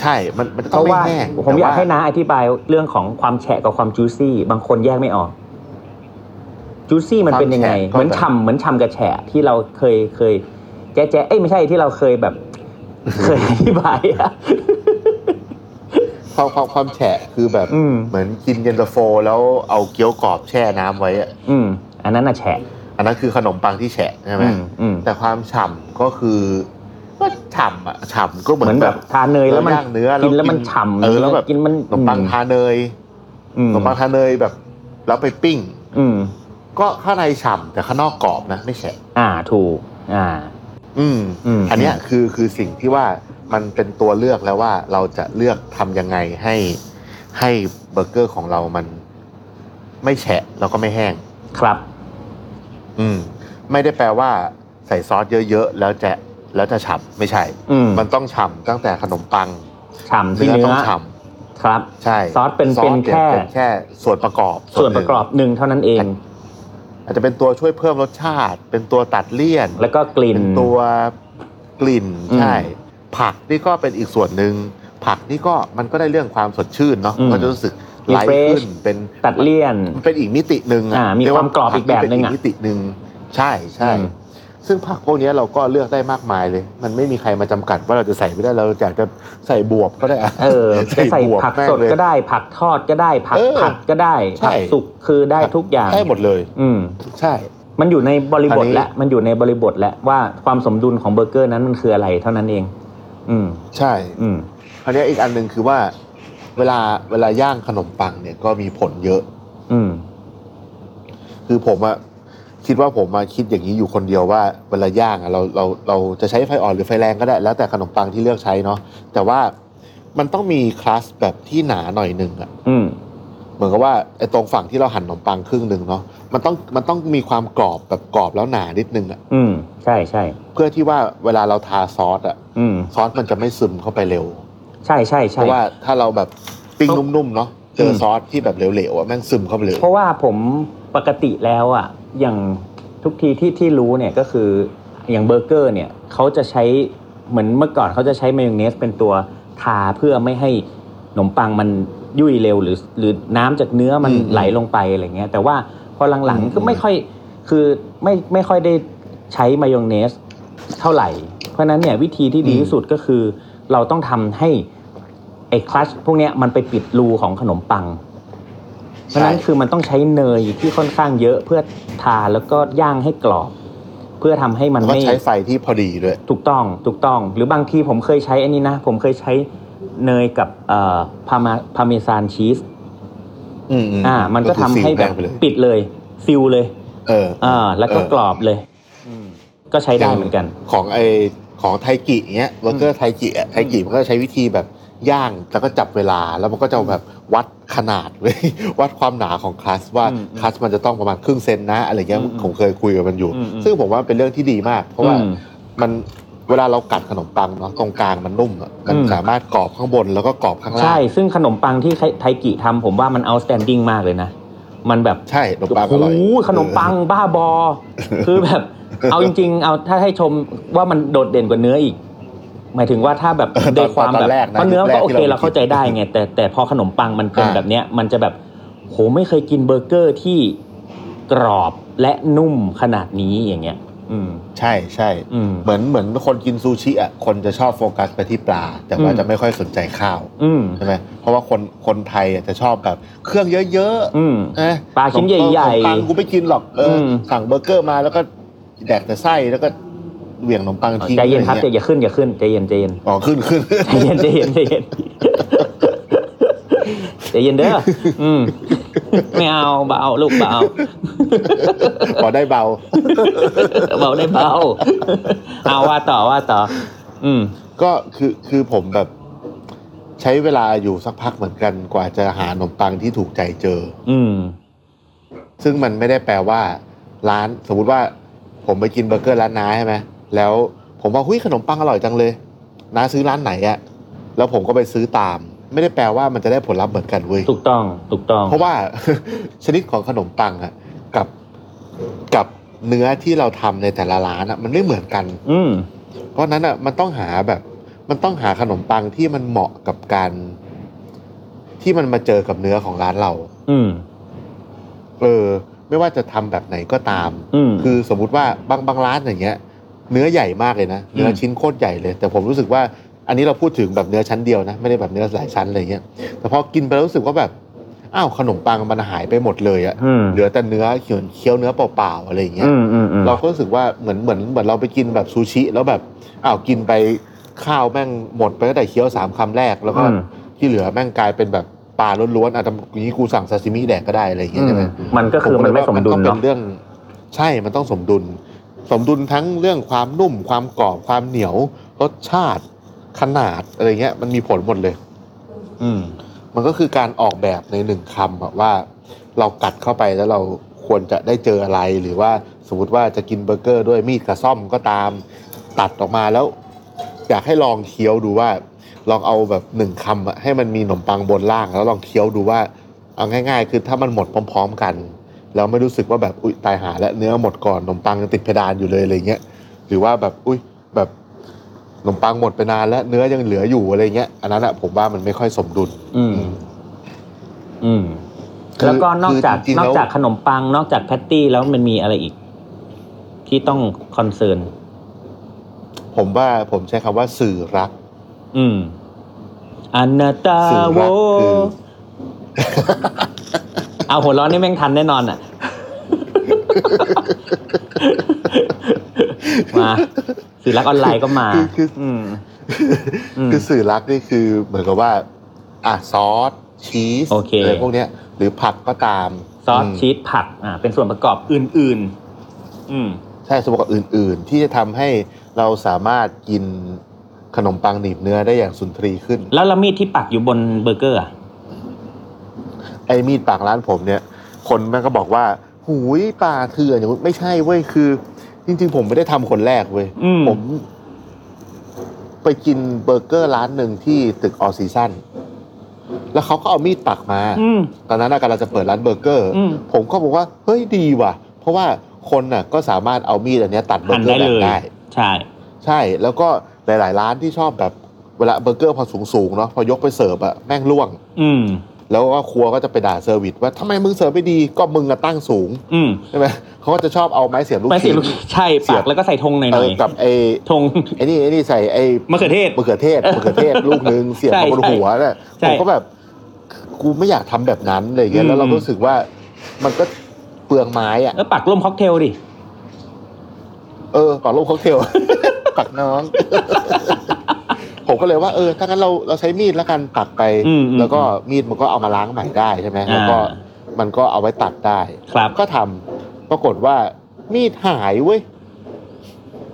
S4: ใช่ มันมัน
S3: เพ
S4: ต้อง
S3: ราะ
S4: ไม่
S3: ว่า
S4: แห้ง
S3: ผมอยาก
S4: แต่ว่
S3: ให้น้าอธิบายเรื่องของความแฉะกับความจูซี่ บางคนแยกไม่ออกจูซี่มันเป็นยังไง เหมือนฉ่ำเหมือนฉ่ำกับแฉะที่เราเคยเคย แจ๊ะแจ๊ะเอ้ยไม่ใช่ที่เราเคย แบบ เคยอธิบายอะ
S4: ความความความแฉะคือแบบ
S3: อืม
S4: เหมือนกินเย็นตาโฟ แล้วเอาเกี๊ยวกรอบแช่น้ำไว้อะ
S3: อืม อันนั้นน่ะแฉะ
S4: อันนั้นคือขนมปังที่แฉะใช่ไหม
S3: อืมอืม
S4: แต่ความฉ่ำก็คือก็ฉ่ำอะฉ่ำก็เหมื
S3: เหมื
S4: อ
S3: อนน
S4: แบ
S3: แบบ บทานเนยแล้วมัน
S4: เราย่างเนื้อ
S3: กินแล้ว
S4: เรากิน
S3: มันฉ่ำ
S4: เออแล้วแบบ
S3: กินมัน
S4: ขนมปังทาเนย
S3: อื
S4: ข
S3: ม
S4: นมปังทาเนยแบบแล้วไปปิ้ง
S3: อืม
S4: ก็ข้างในฉ่ำแต่ข้างนอกกรอบนะ ไม่แฉะ
S3: อ่าถูก อ่า
S4: อืม
S3: อืม
S4: อันเนี้ยคือคือสิ่งที่ว่ามันเป็นตัวเลือกแล้วว่าเราจะเลือกทำยังไงให้ให้เบอร์เกอร์ของเรามัน ไม่แฉะแล้วก็ไม่แห้ง
S3: ครับ
S4: อืม ไม่ได้แปลว่าใส่ซอสเยอะๆแล้วจะแล้วจะฉ่ำไม่ใช่
S3: อืม
S4: มันต้องฉ่ำตั้งแต่ขนมปัง
S3: ฉ่ำที่เนื้
S4: ต้อง
S3: อ
S4: ฉ่
S3: ครับ
S4: ำใช่
S3: ซอสเป็น
S4: ซ
S3: เป็น
S4: ย
S3: แค่
S4: เป็นแค่ส่วนประกอบ
S3: ส่วน
S4: หง
S3: ประกอบหนึ่งเท่านั้นเอง
S4: อาจจะเป็นตัวช่วยเพิ่มรสชาติ เป็นตัวตัดเลี่ยน
S3: แล้วก็กลิ่น
S4: เป็นตัวกลิ่น
S3: อืม
S4: ใช่ ผักนี่ก็เป็นอีกส่วนหนึ่งผักนี่ก็มันก็ได้เรื่องความสดชื่นเนาะ
S3: อืม
S4: มันก็จะรู้สึก
S3: มี
S4: ไลท์
S3: fresh
S4: ขึ้นเป็น
S3: ตัดเลี่ยน
S4: มันเป็นอีกมิติหนึ่ง
S3: อ่า
S4: อ่ะ
S3: มี
S4: เรีย
S3: ความกรอบอีกแบบหนึ่ง
S4: ผั
S3: อ่ะ
S4: กเป็มิติหนึ่งใช่ใช่
S3: อืม
S4: ซึ่งผักพวกนี้เราก็เลือกได้มากมายเลย มันไม่มีใครมาจำกัดว่าเราจะใส่ไม่ได้เราอยากจะใส่บวบก็ได้ะ
S3: เออจะใส่
S4: บวบ
S3: ผัก
S4: แม่ง
S3: สด
S4: เลย
S3: ก็ได้ ผักทอดก็ได้ ผัก
S4: เออ
S3: ผัดก็ได้
S4: ใช่
S3: ผักสุกคือได้ทุกอย่าง
S4: ได้หมดเลย
S3: อืม
S4: ใช่
S3: มันอยู่ในบริบท
S4: อันนี้
S3: และมันอยู่ในบริบทและว่าความสมดุลของเบอร์เกอร์นั้นมันคืออะไรเท่านั้นเอง อืม
S4: ใช่
S3: อืม
S4: คราวนี้อีกอันหนึ่งคือว่า เวลาเวลาย่างขนมปังเนี่ยก็มีผลเยอะ
S3: อืม
S4: คือผมอะคิดว่าผมมาคิดอย่างนี้อยู่คนเดียวว่าเวลาย่างอะเราเราเราจะใช้ไฟอ่อนหรือไฟแรงก็ได้ แล้วแต่ขนมปังที่เลือกใช้เนาะแต่ว่ามันต้องมีคลัสแบบที่หนาหน่อยหนึ่งอะ
S3: อืม
S4: เหมือนกับว่าไอ้ตรงฝั่งที่เราหั่นขนมปังครึ่งหนึ่งเนาะมันต้องมันต้องมีความกรอบแบบกรอบแล้วหนานิดนึงอะ
S3: อืม ใช่ใช่
S4: เพื่อที่ว่าเวลาเราทาซอสอะ
S3: อืม
S4: ซอสมันจะไม่ซึมเข้าไปเร็ว
S3: ใช่ใช่
S4: เพ
S3: ใช่
S4: ราะว่าถ้าเราแบบปิ้งนุ่มๆเนาะเจออ
S3: ม
S4: ซอสที่แบบเหลวๆอะแม่งซึมเข้าไปเลย
S3: เพราะว่าผมปกติแล้วอะอย่างทุกทีที่ที่รู้เนี่ยก็คืออย่างเบอร์เกอร์เนี่ยเขาจะใช้เหมือนเมื่อก่อนเขาจะใช้มายองเนสเป็นตัวทาเพื่อไม่ให้ขนมปังมันยุ่ยเร็วหรือหรือน้ำจากเนื้อมัน
S4: อืม
S3: ไหลลงไปอะไรเงี้ยแต่ว่าพอหลัง
S4: อืม
S3: ๆก็ไม่ค่อยคือไม่ไม่ค่อยได้ใช้มายองเนสเท่าไหร่ เพราะฉะนั้นเนี่ยวิธีที่ดีที่สุดก็คือ เราต้องทำให้ไอ้คลัชพวกเนี้ยมันไปปิดรูของขนมปัง เพราะฉะนั้นคือมันต้องใช้เนยที่ค่อนข้างเยอะเพื่อทาแล้วก็ย่างให้กรอบ เพื่อทำให้มัน
S4: แล้วก็
S3: ไม่
S4: ใช้ไฟที่พอดีด้วย
S3: ถูกต้องถูกต้อง หรือบางทีผมเคยใช้อันนี้นะ ผมเคยใช้เนยกับเอ่อพามาพาเมซานชีส
S4: อืมๆ
S3: อ่า มันก็
S4: คือ
S3: ทำให้
S4: ซิล
S3: แบบ
S4: ม่งไปเลย
S3: ปิดเลยซิลเลย
S4: เออ
S3: อ่าแล้วก็
S4: เออ
S3: กรอบเลยอืมก็ใช้ได้เหมือนกัน
S4: ของไอของไทกิเนี้ยเบอร์เกอร์ไทกิอ่ะไทกิมันก็ใช้วิธีแบบย่างแล้วก็จับเวลาแล้วมันก็จะแบบวัดขนาดเว้ย วัดความหนาของคลัสว่า
S3: อืม
S4: คลัสมันจะต้องประมาณครึ่งเซนนะอะไรเงี้ย
S3: อืมอืม
S4: ผมเคยคุยกับมันอยู่
S3: อืมอืม
S4: ซึ่งผมว่าเป็นเรื่องที่ดีมาก เพราะว่า
S3: อืม
S4: มันเวลาเรากัดขนมปังเนาะตรงกลางมันนุ่มอะมัน
S3: อืม
S4: สามารถกรอบข้างบนแล้วก็กรอบข้างล่า
S3: ใช่
S4: ง
S3: ซึ่งขนมปังที่ไทไทกิทำผมว่ามัน outstanding มากเลยนะ มันแบบ
S4: ใช่ขนมปังอ
S3: โอ้
S4: ร่อย
S3: โหขนมปังบ้าบอ คือแบบ เอาจริง ๆ เอาถ้าให้ชมว่ามันโดดเด่นกว่าเนื้ออีก หมายถึงว่าถ้าแบบ
S4: เออตอน
S3: โดยความ
S4: ตอน
S3: แบบ
S4: แรกนะ
S3: เพราะเนื้อ
S4: ยุคแร
S3: ก็
S4: ก
S3: โอ
S4: ที่
S3: เค
S4: เรา
S3: เราเข้าใจได้ไงแต่แต่พอขนมปังมันเป็น
S4: อ่า
S3: แบบเนี้ยมันจะแบบโหไม่เคยกินเบอร์เกอร์ที่กรอบและนุ่มขนาดนี้อย่างเงี้ย อืม
S4: ใช่ใช่
S3: อืม
S4: เหมือนเหมือนคนกินซูชิอ่ะคนจะชอบโฟกัสไปที่ปลา แต่ว่า
S3: อืม
S4: จะไม่ค่อยสนใจข้าว
S3: อืม
S4: ใช่ไหมเพราะว่าคนคนไทยอ่ะจะชอบแบบเครื่องเยอะ
S3: อืม
S4: ๆนะ
S3: ปลาชิ้นใหญ่
S4: ขนม
S3: ๆ
S4: ปังกูไม่กินหรอกเอออ
S3: ม
S4: สั่งเบอร์เกอร์มาแล้วก็แดกแต่ไส้แล้วก็เหวี่ยงขนมปังทิ้ง
S3: ใจเย็นครับ
S4: อะ
S3: ใจ
S4: ไงี้
S3: อย่าขึ้นอย่าขึ้นใจเย็นใจเย็น
S4: อ๋อขึ้นขึ้น
S3: ใจเย็นใจเย็นใจเย็นใจเย็นเด้ออืมไม่เอาเบาลูกเบา
S4: พอได้เบา
S3: เบาได้เบาเอาว่าต่อว่าต่อ อืม
S4: ก็คือคือผมแบบใช้เวลาอยู่สักพักเหมือนกันกว่าจะหาขนมปังที่ถูกใจเจอ
S3: อืม
S4: ซึ่งมันไม่ได้แปลว่า ร้านสมมุติว่า ผมไปกินเบอร์เกอร์ร้านน้าใช่ไหมแล้วผมว่าหุ้ยขนมปังอร่อยจังเลยน้าซื้อร้านไหนอะแล้วผมก็ไปซื้อตาม ไม่ได้แปลว่ามันจะได้ผลลัพธ์เหมือนกันเว้ย
S3: ถูกต้องถูกต้อง
S4: เพราะว่า ชนิดของขนมปังอะกับกับเนื้อที่เราทำในแต่ละร้านอะมันไม่เหมือนกัน
S3: อืม
S4: เพราะฉะนั้นอ่ะมันต้องหาแบบ มันต้องหาขนมปังที่มันเหมาะกับการ ที่มันมาเจอกับเนื้อของร้านเรา
S3: อืม
S4: เออ ไม่ว่าจะทำแบบไหนก็ตาม
S3: อืม
S4: คือสมมุติว่าบางบางร้านอย่างเงี้ย เนื้อใหญ่มากเลยนะเนื้อชิ้นโคตรใหญ่เลย แต่ผมรู้สึกว่า อันนี้เราพูดถึงแบบเนื้อชั้นเดียวนะไม่ได้แบบเนื้อหลายชั้นอะไรเงี้ยแต่พอกินไปแล้วรู้สึกว่าแบบอ้าวขนมปังมันหายไปหมดเลยอะ
S3: อืม
S4: เหลือแต่เนื้อเขียวเคี้ยวเนื้อเปล่าๆอะไรอย่างเงี้ย
S3: อืมอืมอืม
S4: เราก็รู้สึกว่าเหมือนเหมือนเหมือนเราไปกินแบบซูชิ แล้วแบบอ้าวกินไปข้าวแม่งหมดไปตั้งแต่เคี้ยวสามคำแรก แล้วก็
S3: อืม
S4: ที่เหลือแม่งกลายเป็นแบบปลาล้วนๆอ่ะทำนี้กูสั่งซาซิมิแดกก็ได้อะไรอย่างเงี้ยใช่ไหม
S3: มันก็คือ
S4: ผเล
S3: มัน
S4: ย
S3: ไม่
S4: ว่า
S3: สมดุล
S4: ต้องเป็
S3: เนาะ
S4: นเรื่อง ใช่มันต้องสมดุล สมดุลทั้งเรื่องความนุ่มความกรอบความเหนียวรสชาติขนาดอะไรเงี้ยมันมีผลหมดเลย
S3: อืม
S4: มันก็คือการออกแบบในหนึ่งคำอะว่า เรากัดเข้าไปแล้วเราควรจะได้เจออะไรหรือว่าสมมติว่าจะกินเบอร์เกอร์ด้วยมีดกระซ่อมก็ตาม ตัดออกมาแล้ว อยากให้ลองเคี้ยวดูว่า ลองเอาแบบหนึ่งคำอะให้มันมีขนมปังบนล่าง แล้วลองเคี้ยวดูว่าเอาง่าย ๆ คือถ้ามันหมดพร้อม ๆ กัน แล้วไม่รู้สึกว่าแบบอุ้ยตายหาแล้วเนื้อหมดก่อนขนมปังยังติดเพดานอยู่เลยอะไรเงี้ยหรือว่าแบบอุ้ยแบบขนมปังหมดไปนานแล้วเนื้อยังเหลืออยู่อะไรเงี้ยอันนั้นอะผมว่ามันไม่ค่อยสมดุล
S3: อืม อืม
S4: คือ
S3: แล้วก็นอกจาก
S4: คือจริงๆ
S3: น
S4: แล้
S3: อ
S4: ว
S3: กจากขนมปังนอกจากแพตตี้แล้วมันมีอะไรอีก ที่ต้องคอนเซิร์น
S4: ผมว่าผมใช้คำว่าสื่อรัก
S3: อืมอันนาตา
S4: สื่อ
S3: โว
S4: รักคือ
S3: เอาหัวเร้อนนี่แม่งทันแน่นอนอ่ะ มาสื่อรักออนไลน์ก็มา
S4: คือคือ
S3: อืม อืม
S4: คือสื่อรักนี่คือเหมือนกับว่าอ่ะซอสชีส
S3: โอเค
S4: อะไรพวกเนี้ย หรือผักก็ตาม
S3: ซอส
S4: ม
S3: ชีสผัก อ่า เป็นส่วนประกอบอื่น ๆ อืม
S4: ใช่ส่วนประกอบอื่น ๆ ที่จะทำให้เราสามารถกินขนมปังหนีบเนื้อได้อย่างสุนทรีขึ้น
S3: แล้วละมีดที่ปักอยู่บนเบอร์เกอร์อ่ะ
S4: ไอ้มีดปากร้านผมเนี่ย คนแม่งก็บอกว่าหูยป่าเถื่อนอย่างงี้ไม่ใช่เว้ยคือ จริง ๆ ผมไม่ได้ทำคนแรกเว้ย
S3: อืม
S4: ผม ไปกินเบอร์เกอร์ร้านหนึ่งที่ตึกออซีซั่นแล้วเขาก็เอามีดปักมา
S3: อืม
S4: ตอนนั้นน่ะกำลังจะเปิดร้านเบอร์เกอร์
S3: อืม
S4: ผมก็บอกว่าเฮ้ยดีว่ะ เพราะว่าคนน่ะก็สามารถเอามีดอันเนี้ยตัดเบอ
S3: หั่น
S4: ร์เกอ
S3: ได้
S4: ร์แบ
S3: เล
S4: บ
S3: ย
S4: ได้
S3: ใช่
S4: ใช่แล้วก็หลาย ๆ ร้านที่ชอบแบบเวลาเบอร์เกอร์พอสูง ๆ เนาะพอยกไปเสิร์ฟอะแม่งล่วง
S3: อืม
S4: แล้วก็ครัวก็จะไปด่าเซอร์วิสว่าทำไมมึงเสิร์ฟไม่ดีก็มึงอะตั้งสูง
S3: อืม
S4: ใช่ไหมเขาก็จะชอบเอาไม้เสียบลูก
S3: ไม่สิลูก
S4: ชิ้น
S3: ใช่
S4: เสีย
S3: ปั
S4: บ
S3: กแล้วก็ใส่ธงหน่
S4: เอ
S3: อ
S4: อย กับไอ้
S3: ๆธง
S4: ไอ้นี่ไอ้นี่ใส่ไอ้
S3: มะเขือเทศ
S4: มะเขือเทศมะเขือเทศ ลูกหนึ่งเสียบ
S3: ใช่
S4: มาบนหัวน่ะ
S3: ใช่
S4: ผมก็แบบกูไม่อยากทำแบบนั้นอะไรอย่างเงี้
S3: อื
S4: ย
S3: ม
S4: แล้วเราก็รู้สึกว่ามันก็เปลืองไม้อ่ะ
S3: แล้วปักร่มค็อกเทลดิ
S4: เออก่อนลูกค็อกเทล ปักน้อง ผมก็เลยว่าเออถ้างั้นเราเราใช้มีดแล้วกันปักไป
S3: อืมอืม
S4: แล้วก็มีดมันก็เอามาล้างใหม่ได้ใช่ไหม
S3: อ่า
S4: แล้วก็มันก็เอาไว้ตัดได้
S3: ครับ
S4: ก็ทำปรากฏว่ามีดหายเว้ย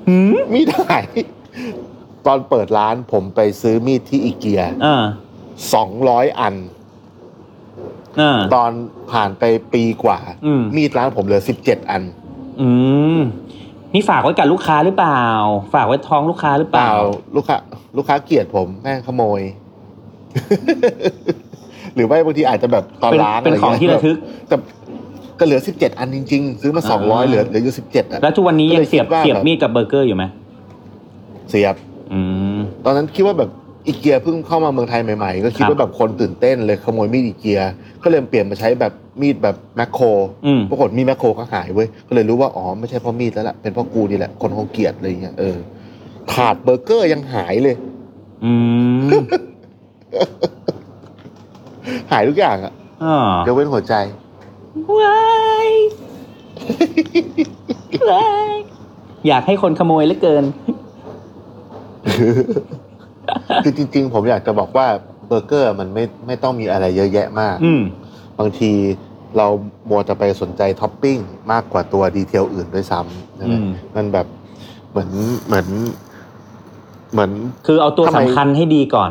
S3: หืม
S4: มีดหาย ตอนเปิดร้านผมไปซื้อมีดที่อีเกีย
S3: อ่า
S4: สองร้อยอัน
S3: อ่า
S4: ตอนผ่านไปปีกว่า
S3: อืม
S4: มีดร้านผมเหลือสิบเจ็ดอัน
S3: อืม นี่ฝากไว้กับลูกค้าหรือเปล่า ฝากไว้ท้องลูกค้าหรือเป
S4: เป
S3: ล่า
S4: ล่าลูกค้าลูกค้าเกลียดผมแม่งขโมย หรือไม่บางทีอาจจะแบบตอน
S3: เป็น
S4: ร้าน
S3: เป็นของที่ระ ทึก
S4: แต่ก็เหลือสิบเจ็ดอันจริง ๆ ซื้อมาสองร้อย
S3: อ่า
S4: เหลือเหลืออยู่สิบเจ็ดอ่ะ
S3: แล้วทุกวันนี้ยังเสียบ
S4: ก็เลยคิดว่า
S3: เสียบมีดกับเบอร์เกอร์อยู่ไหม
S4: เสียบ
S3: อืม
S4: ตอนนั้นคิดว่าแบบอีเกียเพิ่งเข้ามาเมืองไทยใหม่ๆ ก็คิด
S3: ครับ
S4: ว่าแบบคนตื่นเต้นเลยขโมยมีดอีเกีย ก็เลยเปลี่ยนมาใช้แบบมีดแบบแมคโคร
S3: อืม
S4: ปรากฏมีดแมคโครก็หายเว้ยก็เลยรู้ว่าอ๋อไม่ใช่เพราะมีดแล้วล่ะเป็นเพราะกูนี่แหละคนเขาเกลียดอะไรเงี้ยเออถาดเบอร์เกอร์ยังหายเลย
S3: อื ม
S4: หายทุกอย่างอะ
S3: อ๋อย
S4: กเว้นหัวใจ
S3: ว้ายว้ายอยากให้คนขโมยเหลือเกิน
S4: คือจริง ๆ ผมอยากจะบอกว่าเบอร์เกอร์มันไม่ไม่ต้องมีอะไรเยอะแยะมาก
S3: อืม
S4: บางทีเรามัวจะไปสนใจท็อปปิ้งมากกว่าตัวดีเทลอื่นด้วยซ้ำใช่ไหม
S3: อืม
S4: มันแบบเหมือนเหมือนเหมือน
S3: คือเอาตัว
S4: ทำไม
S3: สำคัญให้ดีก่อน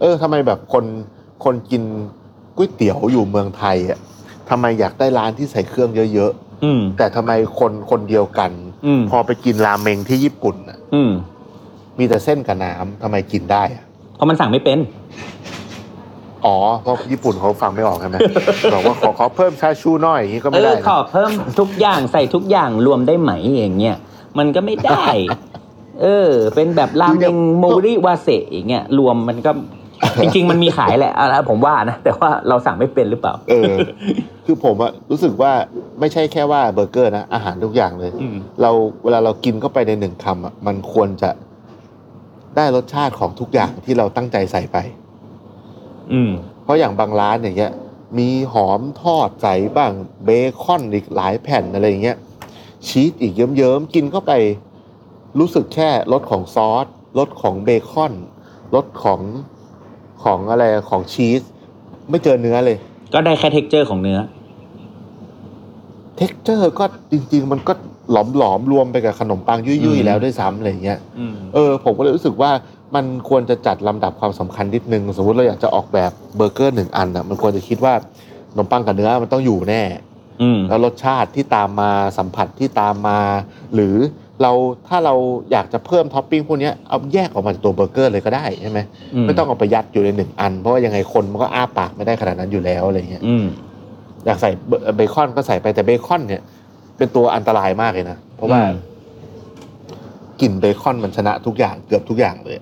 S4: เออทำไมแบบคนคนกินก๋วยเตี๋ยวอยู่เมืองไทยอ่ะทำไมอยากได้ร้านที่ใส่เครื่องเยอะ
S3: อืม
S4: ๆ แต่ทำไมคนคนเดียวกัน
S3: อืม
S4: พอไปกินราเมงที่ญี่ปุ่นน่ะ
S3: อืม
S4: มีแต่เส้นกับน้ำทำไมกินได้อะ
S3: เพราะมันสั่งไม่เป็น
S4: อ๋อเพราะญี่ปุ่นเขาฟังไม่ออกใช่ไหม บอกว่าขอขอเพิ่มชาชูหน่อยอย่างนี้ก็
S3: เอ
S4: ไม่ได้
S3: อ
S4: นะ
S3: ขอเพิ่มทุกอย่างใส่ทุกอย่างรวมได้ไหมอย่างเงี้ยมันก็ไม่ ได้ เออ เป็นแบบรา
S4: คือ
S3: เม
S4: เดี๋ยว
S3: งโมริวาเซะอย่างเงี้ยรวมมันก็ จริง ๆ มันมีขายแหละอะไรผมว่านะ แต่ว่าเราสั่งไม่เป็นหรือเปล่า
S4: เออ คือผมอะรู้สึกว่าไม่ใช่แค่ว่าเบอร์เกอร์นะ อาหารทุกอย่างเลย
S3: อืม
S4: เราเวลาเรากินเข้าไปในหนึ่งคำอะมันควรจะได้รสชาติของทุกอย่างที่เราตั้งใจใส่ไป
S3: อืม
S4: เพราะอย่างบางร้านอย่างเงี้ย มีหอมทอดใส่บ้างเบคอนอีกหลายแผ่นอะไรอย่างเงี้ยชีสอีกเยิ้มๆกินเข้าไป รู้สึกแค่รสของซอสรสของเบคอนรสของของอะไรของชีส ไม่เจอเนื้อเลย
S3: ก็ได้แค่เท็กเจอร์ของเนื้อ
S4: เท็กเจอร์ก็จริง ๆ มันก็หลอมๆ รวมไปกับขนมปัง
S3: อื
S4: ยุ่ย
S3: ม
S4: ๆ แล้วด้วยซ้ำอะไรเงี้ย
S3: อืม
S4: เออ ผมก็เลยรู้สึกว่ามันควรจะจัดลำดับความสำคัญนิดนึง สมมติเราอยากจะออกแบบเบอร์เกอร์หนึ่งอันอ่ะ มันควรจะคิดว่าขนมปังกับเนื้อมันต้องอยู่แน่
S3: อืม
S4: แล้วรสชาติที่ตามมาสัมผัสที่ตามมา หรือเราถ้าเราอยากจะเพิ่มท็อปปิ้งพวกเนี้ยเอาแยกออกมาจากตัวเบอร์เกอร์เลยก็ได้ใช่ไหมไม่ต้องเอาไปยัดอยู่ในหนึ่งอัน เพราะว่ายังไงคนมันก็อ้าปากไม่ได้ขนาดนั้นอยู่แล้วอะไรเงี้ย
S3: อืม
S4: อยากใส่เบเบคอนก็ใส่ไปแต่เบคอนเนี่ย เป็นตัวอันตรายมากเลยนะ เพราะว่า
S3: อืม
S4: กลิ่นเบคอนมันชนะทุกอย่างเกือบทุกอย่างเลย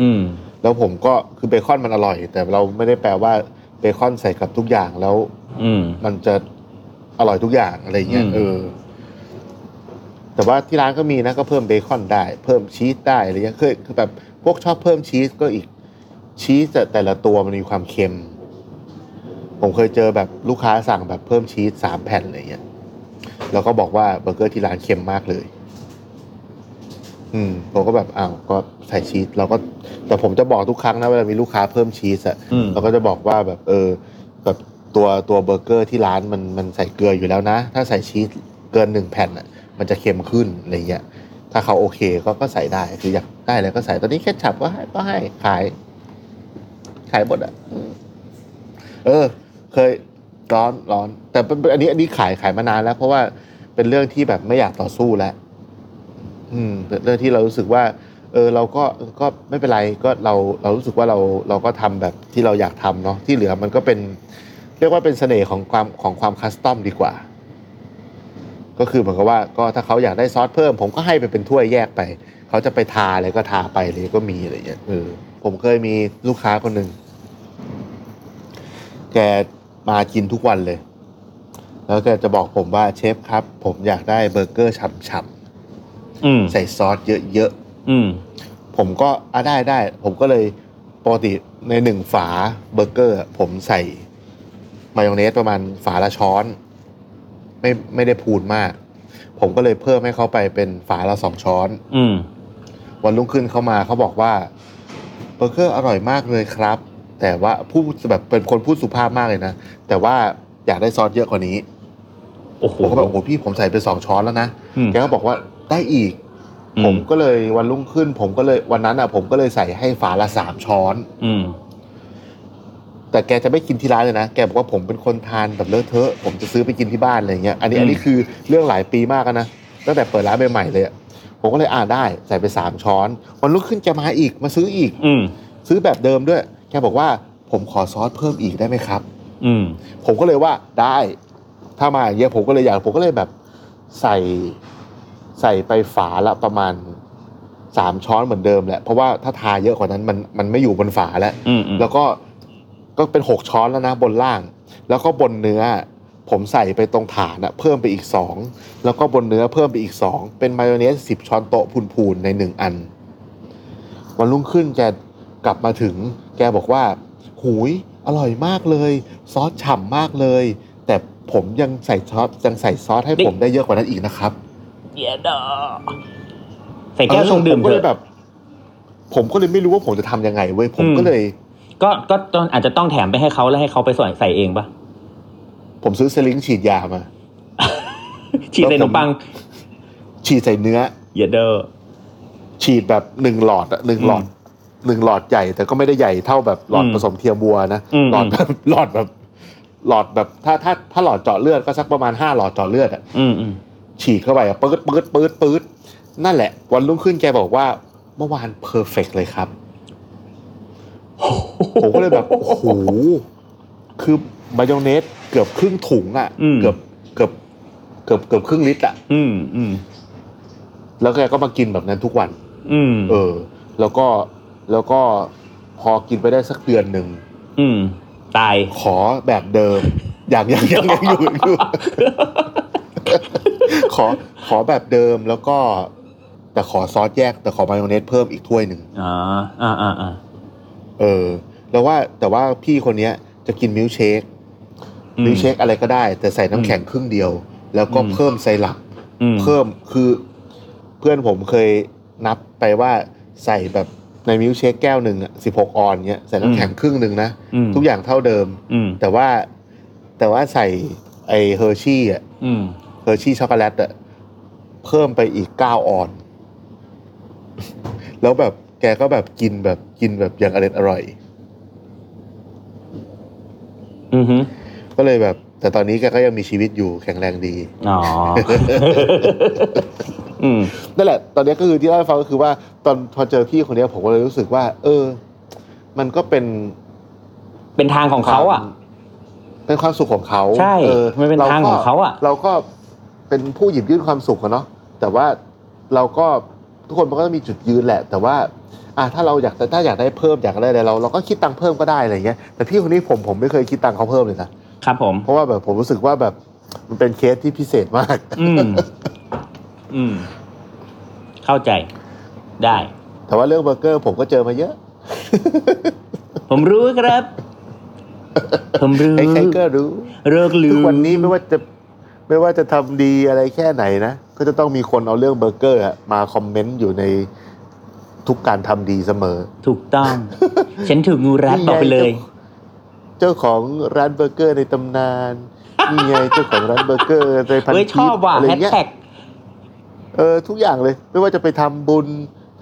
S3: อืม
S4: แล้วผมก็คือเบคอนมันอร่อย แต่เราไม่ได้แปลว่าเบคอนใส่กับทุกอย่างแล้ว
S3: อืม
S4: มันจะอร่อยทุกอย่างอะไรเงี้ย
S3: อืม
S4: เออ แต่ว่าที่ร้านก็มีนะก็เพิ่มเบคอนได้ เพิ่มชีสได้อะไรเงี้ยเคยคือแบบพวกชอบเพิ่มชีสก็อีกชีสแต่ละตัวมันมีความเค็ม ผมเคยเจอแบบลูกค้าสั่งแบบเพิ่มชีสสามแผ่นอะไรเงี้ยแล้วก็บอกว่าเบอร์เกอร์ที่ร้านเค็มมากเลย อืมผมก็แบบอ้าวก็ใส่ชีสเราก็ แต่ผมจะบอกทุกครั้งนะเวลามีลูกค้าเพิ่มชีสอะ
S3: อืม
S4: เราก็จะบอกว่าแบบเออ แบบตัวตัวเบอร์เกอร์ที่ร้านมันมันใส่เกลืออยู่แล้วนะ ถ้าใส่ชีสเกินหนึ่งแผ่นอะมันจะเค็มขึ้นอะไรเงี้ยถ้าเขาโอเคก็ก็ใส่ได้คืออยากได้อะไรก็ใส่ตอนนี้แค่ฉับก็ให้ก็ให้ขาย ขายหมดอะอืมเออ เคยร้อนร้อน แต่เป็นอันนี้อันนี้ขายขายมานานแล้ว เพราะว่าเป็นเรื่องที่แบบไม่อยากต่อสู้แล้ว อืมเป็นเรื่องที่เรารู้สึกว่า เออ เราก็ก็ไม่เป็นไรก็เราเรารู้สึกว่าเราเราก็ทำแบบที่เราอยากทำเนาะที่เหลือมันก็เป็น เรียกว่าเป็นเสน่ห์ของความของความคัสตอมดีกว่า ก็คือเหมือนกับว่าก็ถ้าเขาอยากได้ซอสเพิ่ม ผมก็ให้ไปเป็นถ้วยแยกไป เขาจะไปทาอะไรก็ทาไปเลยก็มีอะไรอย่างเงี้ยเออผมเคยมีลูกค้าคนหนึ่ง แกมากินทุกวันเลย แล้วแกจะบอกผมว่าเชฟครับ ผมอยากได้เบอร์เกอร์ฉ่ำ
S3: อืม
S4: ๆใส่ซอสเยอะ
S3: อืม
S4: ๆ ผมก็อ่ะได้ได้ ผมก็เลยปกติในหนึ่งฝาเบอร์เกอร์ ผมใส่ มายองเนสประมาณฝาละช้อน ไม่ไม่ได้พูนมาก ผมก็เลยเพิ่มให้เขาไปเป็นฝาละสองช้อน
S3: อืม
S4: วันรุ่งขึ้นเข้ามาเขาบอกว่าเบอร์เกอร์อร่อยมากเลยครับ แต่ว่าพูดแบบเป็นคนพูดสุภาพมากเลยนะ แต่ว่าอยากได้ซอสเยอะกว่านี้
S3: โอ้โห
S4: ผมก็แบบโอ้โหพี่ผมใส่ไปสองช้อนแล้วนะ
S3: อืม
S4: แกก็บอกว่าได้อีก
S3: อืม
S4: ผมก็เลยวันรุ่งขึ้น ผมก็เลยวันนั้นอ่ะ ผมก็เลยใส่ให้ฝาละสามช้อน
S3: อืม
S4: แต่แกจะไม่กินที่ร้านเลยนะ แกบอกว่าผมเป็นคนทานแบบเลอะเทอะ ผมจะซื้อไปกินที่บ้านอะไรเงี้ย อันนี้
S3: อืม
S4: อันนี้คือเรื่องหลายปีมากแล้วนะ ตั้งแต่เปิดร้านใหม่ๆเลยอะผมก็เลยอ่าได้ใส่ไปสามช้อน วันรุ่งขึ้นแกมาอีกมาซื้ออีก
S3: อืม
S4: ซื้อแบบเดิมด้วย แกบอกว่าผมขอซอสเพิ่มอีกได้ไหมครับ
S3: อืม
S4: ผมก็เลยว่าได้ ถ้ามาอย่างเงี้ยผมก็เลยอยากผมก็เลยแบบใส่ใส่ไปฝาละประมาณ สามช้อนเหมือนเดิมแหละเพราะว่าถ้าทาเยอะกว่านั้นมันมันไม่อยู่บนฝาแล้ว
S3: อืมอืม
S4: แล้วก็ก็เป็นหกช้อนแล้วนะบนล่าง แล้วก็บนเนื้อ ผมใส่ไปตรงฐานอะเพิ่มไปอีกสองแล้วก็บนเนื้อเพิ่มไปอีกสองเป็นมายองเนสสิบช้อนโต๊ะพูนๆในหนึ่งอัน วันรุ่งขึ้นแกกลับมาถึง แกบอกว่า หูย อร่อยมากเลย ซอสฉ่ำมากเลย แต่ผมยังใส่ซอสยังใส่ซอสให้ผมได้เยอะกว่านั้นอีกนะครับ
S3: เดี๋ยวดอใส่แก้วชงดื่ม
S4: ผ
S3: เถ
S4: ก็เลย
S3: อะ
S4: แบบ ผมก็เลยไม่รู้ว่าผมจะทำยังไงเว้ยผมก็
S3: อืม
S4: เลย
S3: ก็ก็ต้องอาจจะต้องแถมไปให้เขาแล้วให้เขาไปใส่ใส่เองปะ
S4: ผมซื้อสลิงฉีดยามา
S3: ฉีดใส่ขนมปัง
S4: ฉีดใส่เนื้อ
S3: เดี๋ยวเดอ
S4: ฉีดแบบหนึ่งหลอดอะหนึ่งหลอดหนึ่งหลอดใหญ่ แต่ก็ไม่ได้ใหญ่เท่าแบบหลอด
S3: อืม
S4: ผสมเทียมบัวนะ
S3: อืม
S4: หลอดแบบ หลอดแบบหลอดแบบถ้าถ้าถ้าหลอดเจาะเลือดก็สักประมาณห้าหลอดเจาะเลือดอะ
S3: อืมอืม
S4: ฉีกเข้าไปอะปื๊ดปื๊ดปื๊ดปื๊ดนั่นแหละ วันรุ่งขึ้นแกบอกว่า เมื่อวานเพอร์เฟกเลยครับ ผมก็เลยแบบ โอ้โห คือมายองเนสเกือบครึ่งถุงอ่ะ เกือบเกือบเกือบเกือบครึ่งลิตรอ่ะ
S3: อืมอืม
S4: แล้วแกก็มากินแบบนั้นทุกวัน
S3: อืม
S4: เออ แล้วก็แล้วก็พอกินไปได้สักเดือนหนึ่ง
S3: อืมตาย
S4: ขอแบบเดิม อย่างอย่างอย่างอย่างอยู่อยู่ ขอขอแบบเดิมแล้วก็ แต่ขอซอสแยก แต่ขอมายองเนสเพิ่มอีกถ้วยหนึ่ง
S3: อ๋ออ่าอ่าอ่า
S4: เออ แล้วว่าแต่ว่าพี่คนเนี้ยจะกินมิลค์เชค
S3: อื
S4: มิลค์เชคอะไรก็ได้ แต่ใส่น้ำแข็งครึ่งเดียว แล้วก็เพิ่มไซรัป
S3: อืม
S4: เพิ่มคือ เพื่อนผมเคยนับไปว่าใส่แบบในมิลค์เชคแก้วหนึ่งสิบหกออนเนี้ยใส่น้ำแข็งครึ่งหนึ่งนะ
S3: ม
S4: ทุกอย่างเท่าเดิม
S3: อืม
S4: แต่ว่าแต่ว่าใส่ไอเฮอร์ชี่อ่ะ
S3: อืม
S4: เฮอร์ชี่ช็อกโกแลตอ่ะเพิ่มไปอีกเก้าออน แล้วแบบแกก็แบบกินแบบกินแบบอย่างอร่อยอร่อย
S3: อืมฮึ
S4: ก็เลยแบบ แต่ตอนนี้แกก็ยังมีชีวิตอยู่แข็งแรงดี
S3: อ๋อ อืม
S4: นั่นแหละ ตอนนี้ก็คือที่เล่าให้ฟังก็คือว่าตอนพอเจอพี่คนเนี้ยผมก็เลยรู้สึกว่า เออ มันก็เป็น
S3: เป็นทางของเขาอ่ะ
S4: เป็นความสุขของเขา
S3: ใช่
S4: ออ
S3: มันเป็นทางของเขาอะ
S4: เราก็เป็นผู้หยิบยื่นความสุขอะเนาะแต่ว่าเราก็ทุกคนมันก็ต้องมีจุดยืนแหละ แต่ว่า อ่ะถ้าเราอยากถ้าอยากได้เพิ่มอยากได้อะไรเราเราก็คิดตังค์เพิ่มก็ได้อะไรเงี้ยแต่พี่คนนี้ผมผมไม่เคยคิดตังค์เขาเพิ่มเลยนะครับ
S3: ผม
S4: เพราะว่าแบบผมรู้สึกว่าแบบมันเป็นเคสที่พิเศษมาก
S3: อืม อืม เข้าใจ ได้
S4: แต่ว่าเรื่องเบอร์เกอร์ผมก็เจอมาเยอะ
S3: ผมรู้ครับ ผมรู้
S4: ไอ้ใครก็รู้
S3: เลิกลื
S4: ทุก
S3: ม
S4: วันนี้ไม่ว่าจะไม่ว่าจะทำดีอะไรแค่ไหนนะ ก็จะต้องมีคนเอาเรื่องเบอร์เกอร์อะมาคอมเมนต์อยู่ในทุกการทำดีเสมอ
S3: ถูกต้อง ฉันถูกงูรัดต่อไปเลย
S4: นี่งเจ้าเจ้าของร้านเบอร์เกอร์ในตำนานนี่ไงเจ้าของร้านเบอร์เกอร์ในพัน
S3: เฮ้ย ช
S4: ทิ
S3: อบ
S4: ป
S3: ว่ะ
S4: อะไร
S3: แฮช
S4: เงี้ย
S3: แท็ก
S4: เออทุกอย่างเลย ไม่ว่าจะไปทำบุญ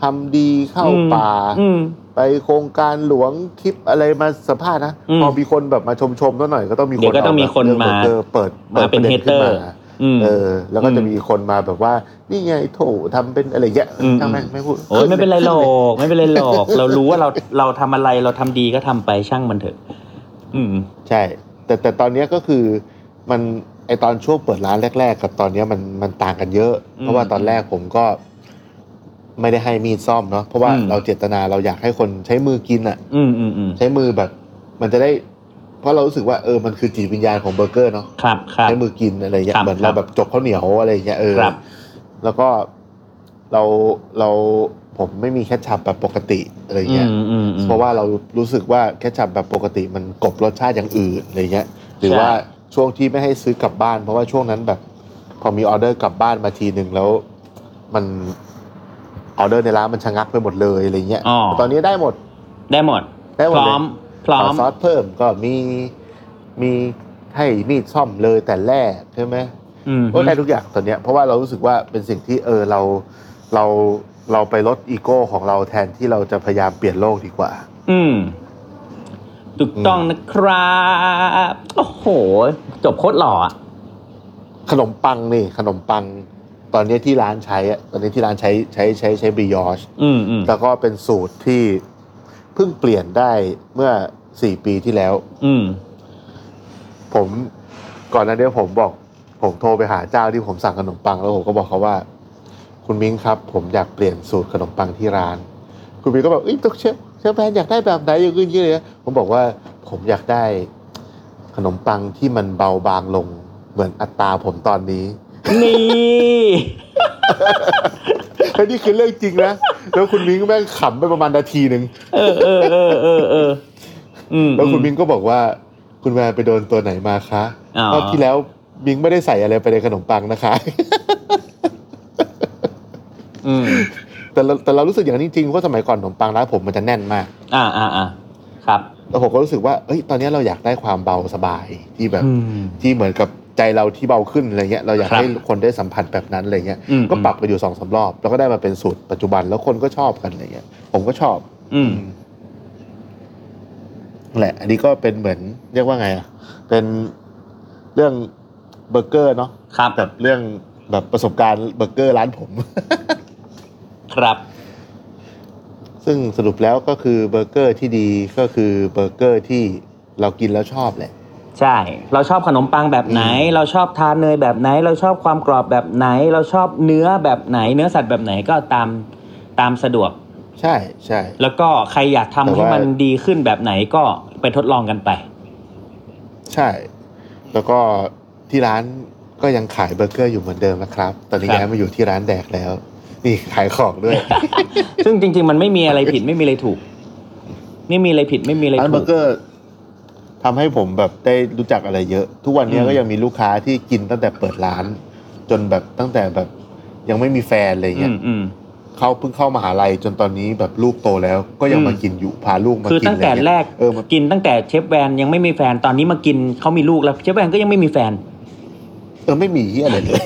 S4: ทำดีเข้า
S3: อืม
S4: ป่า
S3: อืม
S4: ไปโครงการหลวงคลิปอะไรมาสัมภาษณ์นะ
S3: อืม
S4: พอมีคนแบบมาชมชมๆนิดหน่อยก็ต้องมีคน
S3: เดี๋ยวก็ต้องมีคนมา
S4: เอแบบเรื่องเบอร์เกอร์เปิด
S3: มาเป็น
S4: ดระด็ขึ้มา
S3: hater อืม
S4: เออ แล้วก็จะมีคนมาแบบว่า นี่ไงโถทำเป็นอะไรเงี้ย
S3: อืม
S4: ทำไมไม่พูด
S3: โอ้ยไม่เป็นไรหรอกไม่เป็นไรหรอกเรารู้ว่าเราเราทำอะไรเราทำดีก็ทำไปช่างมันเถอะ อืม
S4: ใช่ แต่แต่ตอนเนี้ยก็คือมันไอตอนช่วงเปิดร้านแรก ๆ กับตอนเนี้ยมันมันต่างกันเยอะ
S3: อืม
S4: เพราะว่าตอนแรกผมก็ไม่ได้ให้มีดซ่อมเนาะเพราะว่า
S3: อืม
S4: เราเจตนาเราอยากให้คนใช้มือกินอ่ะ
S3: อืมอืมอืม
S4: ใช้มือแบบ มันจะได้ เพราะเรารู้สึกว่าเออมันคือจิตวิญญาณของเบอร์เกอร์เนาะ
S3: ครับครับ
S4: ใช้มือกินอะไรเงี้
S3: ครั
S4: ย
S3: บ
S4: เหมือน
S3: ครั
S4: เรา
S3: บ
S4: แบบจกข้าวเหนียวอะไรเงี้ยเออ
S3: ครับ
S4: แล้วก็เราเราผมไม่มีแคชชัพแบบปกติอะไร
S3: อื
S4: เงี้ย
S3: มอืมอืม
S4: เพราะว่าเรารู้สึกว่าแคชชัพแบบปกติมันกลบรสชาติอย่างอื่นอะไรเงี้ย หรือ
S3: ใช่
S4: ว่าช่วงที่ไม่ให้ซื้อกลับบ้าน เพราะว่าช่วงนั้นแบบ พอมีออเดอร์กลับบ้านมาทีหนึ่งแล้ว มันออเดอร์ในร้านมันชะงักไปหมดเลยอะไรเงี้ย
S3: อ๋อ
S4: แต่ตอนนี้ได้หมด
S3: ได้หมด
S4: ได้หม
S3: พ
S4: ด
S3: ร้
S4: เล
S3: อม
S4: ย
S3: พร้อม
S4: ขอซอสเพิ่มก็มีมีให้มีดซ่อมเลยแต่แรกใช่ไหม
S3: อืม
S4: ก็ได้ทุกอย่างตอนเนี้ยเพราะว่าเรารู้สึกว่าเป็นสิ่งที่เออเราเราเราไปลดอีโก้ของเราแทนที่เราจะพยายามเปลี่ยนโลกดีกว่า
S3: อืมถูกต้องนะครับโอ้โห จบโคตรหล่ออะ
S4: ขนมปังนี่ขนมปัง ตอนเนี้ยที่ร้านใช้อะตอนนี้ที่ร้านใช้ใช้ใช้ใช้บิยอช
S3: อืมอืม
S4: แล้วก็เป็นสูตรที่เพิ่งเปลี่ยนได้เมื่อสี่ปีที่แล้ว
S3: อืม
S4: ผมก่อนหน้านี้ผมบอก ผมโทรไปหาเจ้าที่ผมสั่งขนมปังแล้วผมก็บอกเขาว่า คุ คุณมิ้งครับ ผมอยากเปลี่ยนสูตรขนมปังที่ร้าน คุณมิ้งก็แบบเอ้ยต้องเชฟเชฟแมนอยากได้แบบไหนอย่างอื่นเยอะเลยผมบอกว่าผมอยากได้ขนมปังที่มันเบาบางลงเหมือนอัตราผมตอนนี้
S3: นี่
S4: แล้วนี่คือเรื่องจริงนะแล้วคุณมิ้งแม่งขำไปประมาณนาทีหนึ่ง
S3: เออเออเออเออเอออืม
S4: แล้วคุณ
S3: อื
S4: มิงก็บอกว่าคุณแวนไปโดนตัวไหนมาคะ
S3: อ๋อ
S4: รอบที่แล้วมิงไม่ได้ใส่อะไรไปในขนมปังนะคะ
S3: อืม
S4: แต่เราแต่เรารู้สึกอย่างนั้นจริงๆเพราะสมัยก่อนขนมปังร้านผมมันจะแน่นมาก
S3: อ่าอ่าอ่าครับ
S4: แล้วผมก็รู้สึกว่าเอ้ยตอนนี้เราอยากได้ความเบาสบายที่แบบ
S3: อืม
S4: ที่เหมือนกับใจเราที่เบาขึ้นอะไรเงี้ยเราอยาก
S3: ครับ
S4: ให้คนได้สัมผัสแบบนั้นอะไรเงี้ย
S3: อืม
S4: ก็ปรับไปอยู่สองสามรอบแล้วก็ได้มาเป็นสูตรปัจจุบันแล้วคนก็ชอบกันอะไรเงี้ยผมก็ชอบ
S3: อืม
S4: แหละ อันนี้ก็เป็นเหมือนเรียกว่าไงอ่ะเป็นเรื่องเบอร์เกอร์เนาะ
S3: ครับ
S4: แบบเรื่องแบบประสบการณ์เบอร์เกอร์ร้านผม
S3: ครับ
S4: ซึ่งสรุปแล้วก็คือเบอร์เกอร์ที่ดีก็คือเบอร์เกอร์ที่เรากินแล้วชอบแหละ
S3: ใช่ เราชอบขนมปังแบบไหน เราชอบทานเนยแบบไหน เราชอบความกรอบแบบไหน เราชอบเนื้อแบบไหน เนื้อสัตว์แบบไหนก็ตามตามสะดวก
S4: ใช่ใช่
S3: แล้วก็ใครอยาก
S4: แต่
S3: ทำ
S4: ว่า
S3: ให้มันดีขึ้นแบบไหนก็ไปทดลองกันไป
S4: ใช่ แล้วก็ที่ร้านก็ยังขายเบอร์เกอร์อยู่เหมือนเดิมนะครับ ตอนนี้
S3: ครับ
S4: ย้ายมาอยู่ที่ร้านแดกแล้ว นี่ขายของด้วย
S3: ซึ่งจริง ๆ มันไม่มีอะไรผิดไม่มีอะไรถูก ไม่มีอะไรผิดไม่มีอะไร
S4: ร้าน
S3: ถู
S4: เบอร์
S3: ก
S4: เกอร์ทำให้ผมแบบได้รู้จักอะไรเยอะ ทุกวันเนี้ย
S3: อืม
S4: ก็ยังมีลูกค้าที่กินตั้งแต่เปิดร้าน จนแบบตั้งแต่แบบยังไม่มีแฟนอะไร
S3: อื
S4: เงี้ย
S3: มอืม
S4: เขาเพิ่งเข้ามหาลัยจนตอนนี้แบบลูกโตแล้ว ก็ยัง
S3: อืม
S4: มากินอยู่พาลูกมากิน
S3: คือตั้งแต่
S4: ะไเย
S3: แรก
S4: เออมัน
S3: กินตั้งแต่เชฟแวนยังไม่มีแฟนตอนนี้มากินเขามีลูกแล้วเชฟแวนก็ยังไม่มีแฟน
S4: เออไม่มีที่อะไร เลย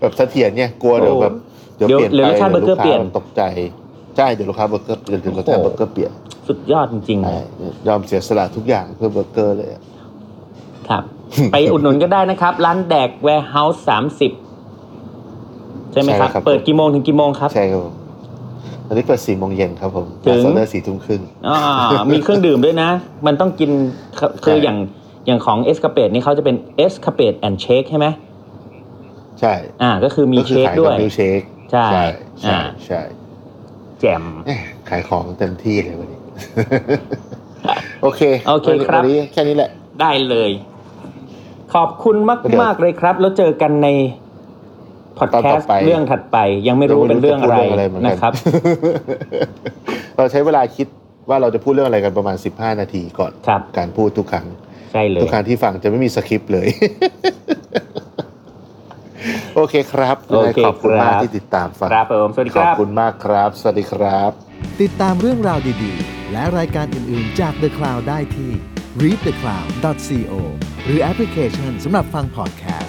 S4: แบบเสถียรเนี่ยกลัวเดี๋ยว
S3: โอ้
S4: แบบเดี๋ยว
S3: เดี๋ยว
S4: เปลี่ยนไป
S3: เดี๋ยวรสชาติเบอร์เกอร์เปลี่ยน
S4: ดี๋วลูกค้าตกใจใช่เดี๋ยวลูกค้าเบอร์เกอร์เดี๋ยวเดี๋ยวรสชาติ
S3: โอ้โห
S4: เบอร์เกอร์เปลี่ยน
S3: สุดยอดจริงๆ
S4: ใช่
S3: เลย
S4: ยอมเสียสละทุกอย่างเพื่อเบอร์เกอร์เลยอะ
S3: ครับ ไปอุดหนุนก็ได้นะครับ ร้านแดกแวร์เฮาส์สามสิบใช่ไหมครับ เปิดกี่โมงถึงกี่โมงครับ
S4: ใช่ครับผมตอนนี้เปิดสี่โมงเย็นครับผม
S3: ถึง
S4: ร้านเลิกสี่ทุ่มครึ่ง
S3: อ่ามีเครื่องดื่มด้วยนะ มันต้องกินคือคือ
S4: ใช่
S3: อย่างอย่างของเอสคาเปดนี่เขาจะเป็นเอสคาเปดแอนด์เชคใช่ไหม
S4: ใช่
S3: อ่า ก็คือมี
S4: ก็คื
S3: เชค
S4: ขาย
S3: ด้
S4: กั
S3: ว
S4: บ
S3: ย
S4: มิลค์เชค
S3: ใช่
S4: ใช่
S3: อ่า
S4: ใช่
S3: แจ่ม
S4: แหม่ขายของเต็มที่เลยวันนี้ โอเค
S3: โอเค
S4: วันนี้
S3: ครับ
S4: วันนี้แค่นี้แหละ
S3: ได้เลย ขอบคุณมาก
S4: เดี๋ยว
S3: มากเลยครับ แล้วเจอกันในพอด
S4: ตอน
S3: แค
S4: ต่อ
S3: สต์
S4: ไป
S3: เรื่องถัดไป ยังไม่รู้เป็นเรื่องอะไร
S4: จพูดเหมืกั
S3: นะครับ
S4: เราใช้เวลาคิดว่าเราจะพูดเรื่องอะไรกันประมาณ 15 นาทีก่อน
S3: ครับ
S4: การพูดทุกครั้ง
S3: ใช่เลย
S4: ทุกครั้งที่ฟังจะไม่มีสคริปต์เลย โอเคครับ
S3: โอเค
S4: ขอบคุณมาก
S3: ครับ
S4: ที่ติดตามฟัง
S3: ครับผมสวัสดี
S4: ข
S3: ค
S4: อบ
S3: รับ
S4: คุณมากครับ สวัสดีครับ
S1: ติดตามเรื่องราวดีๆ และรายการอื่น ๆ จาก The Cloud ได้ที่ readthecloud.co หรือแอปพลิเคชันสำหรับฟัง podcast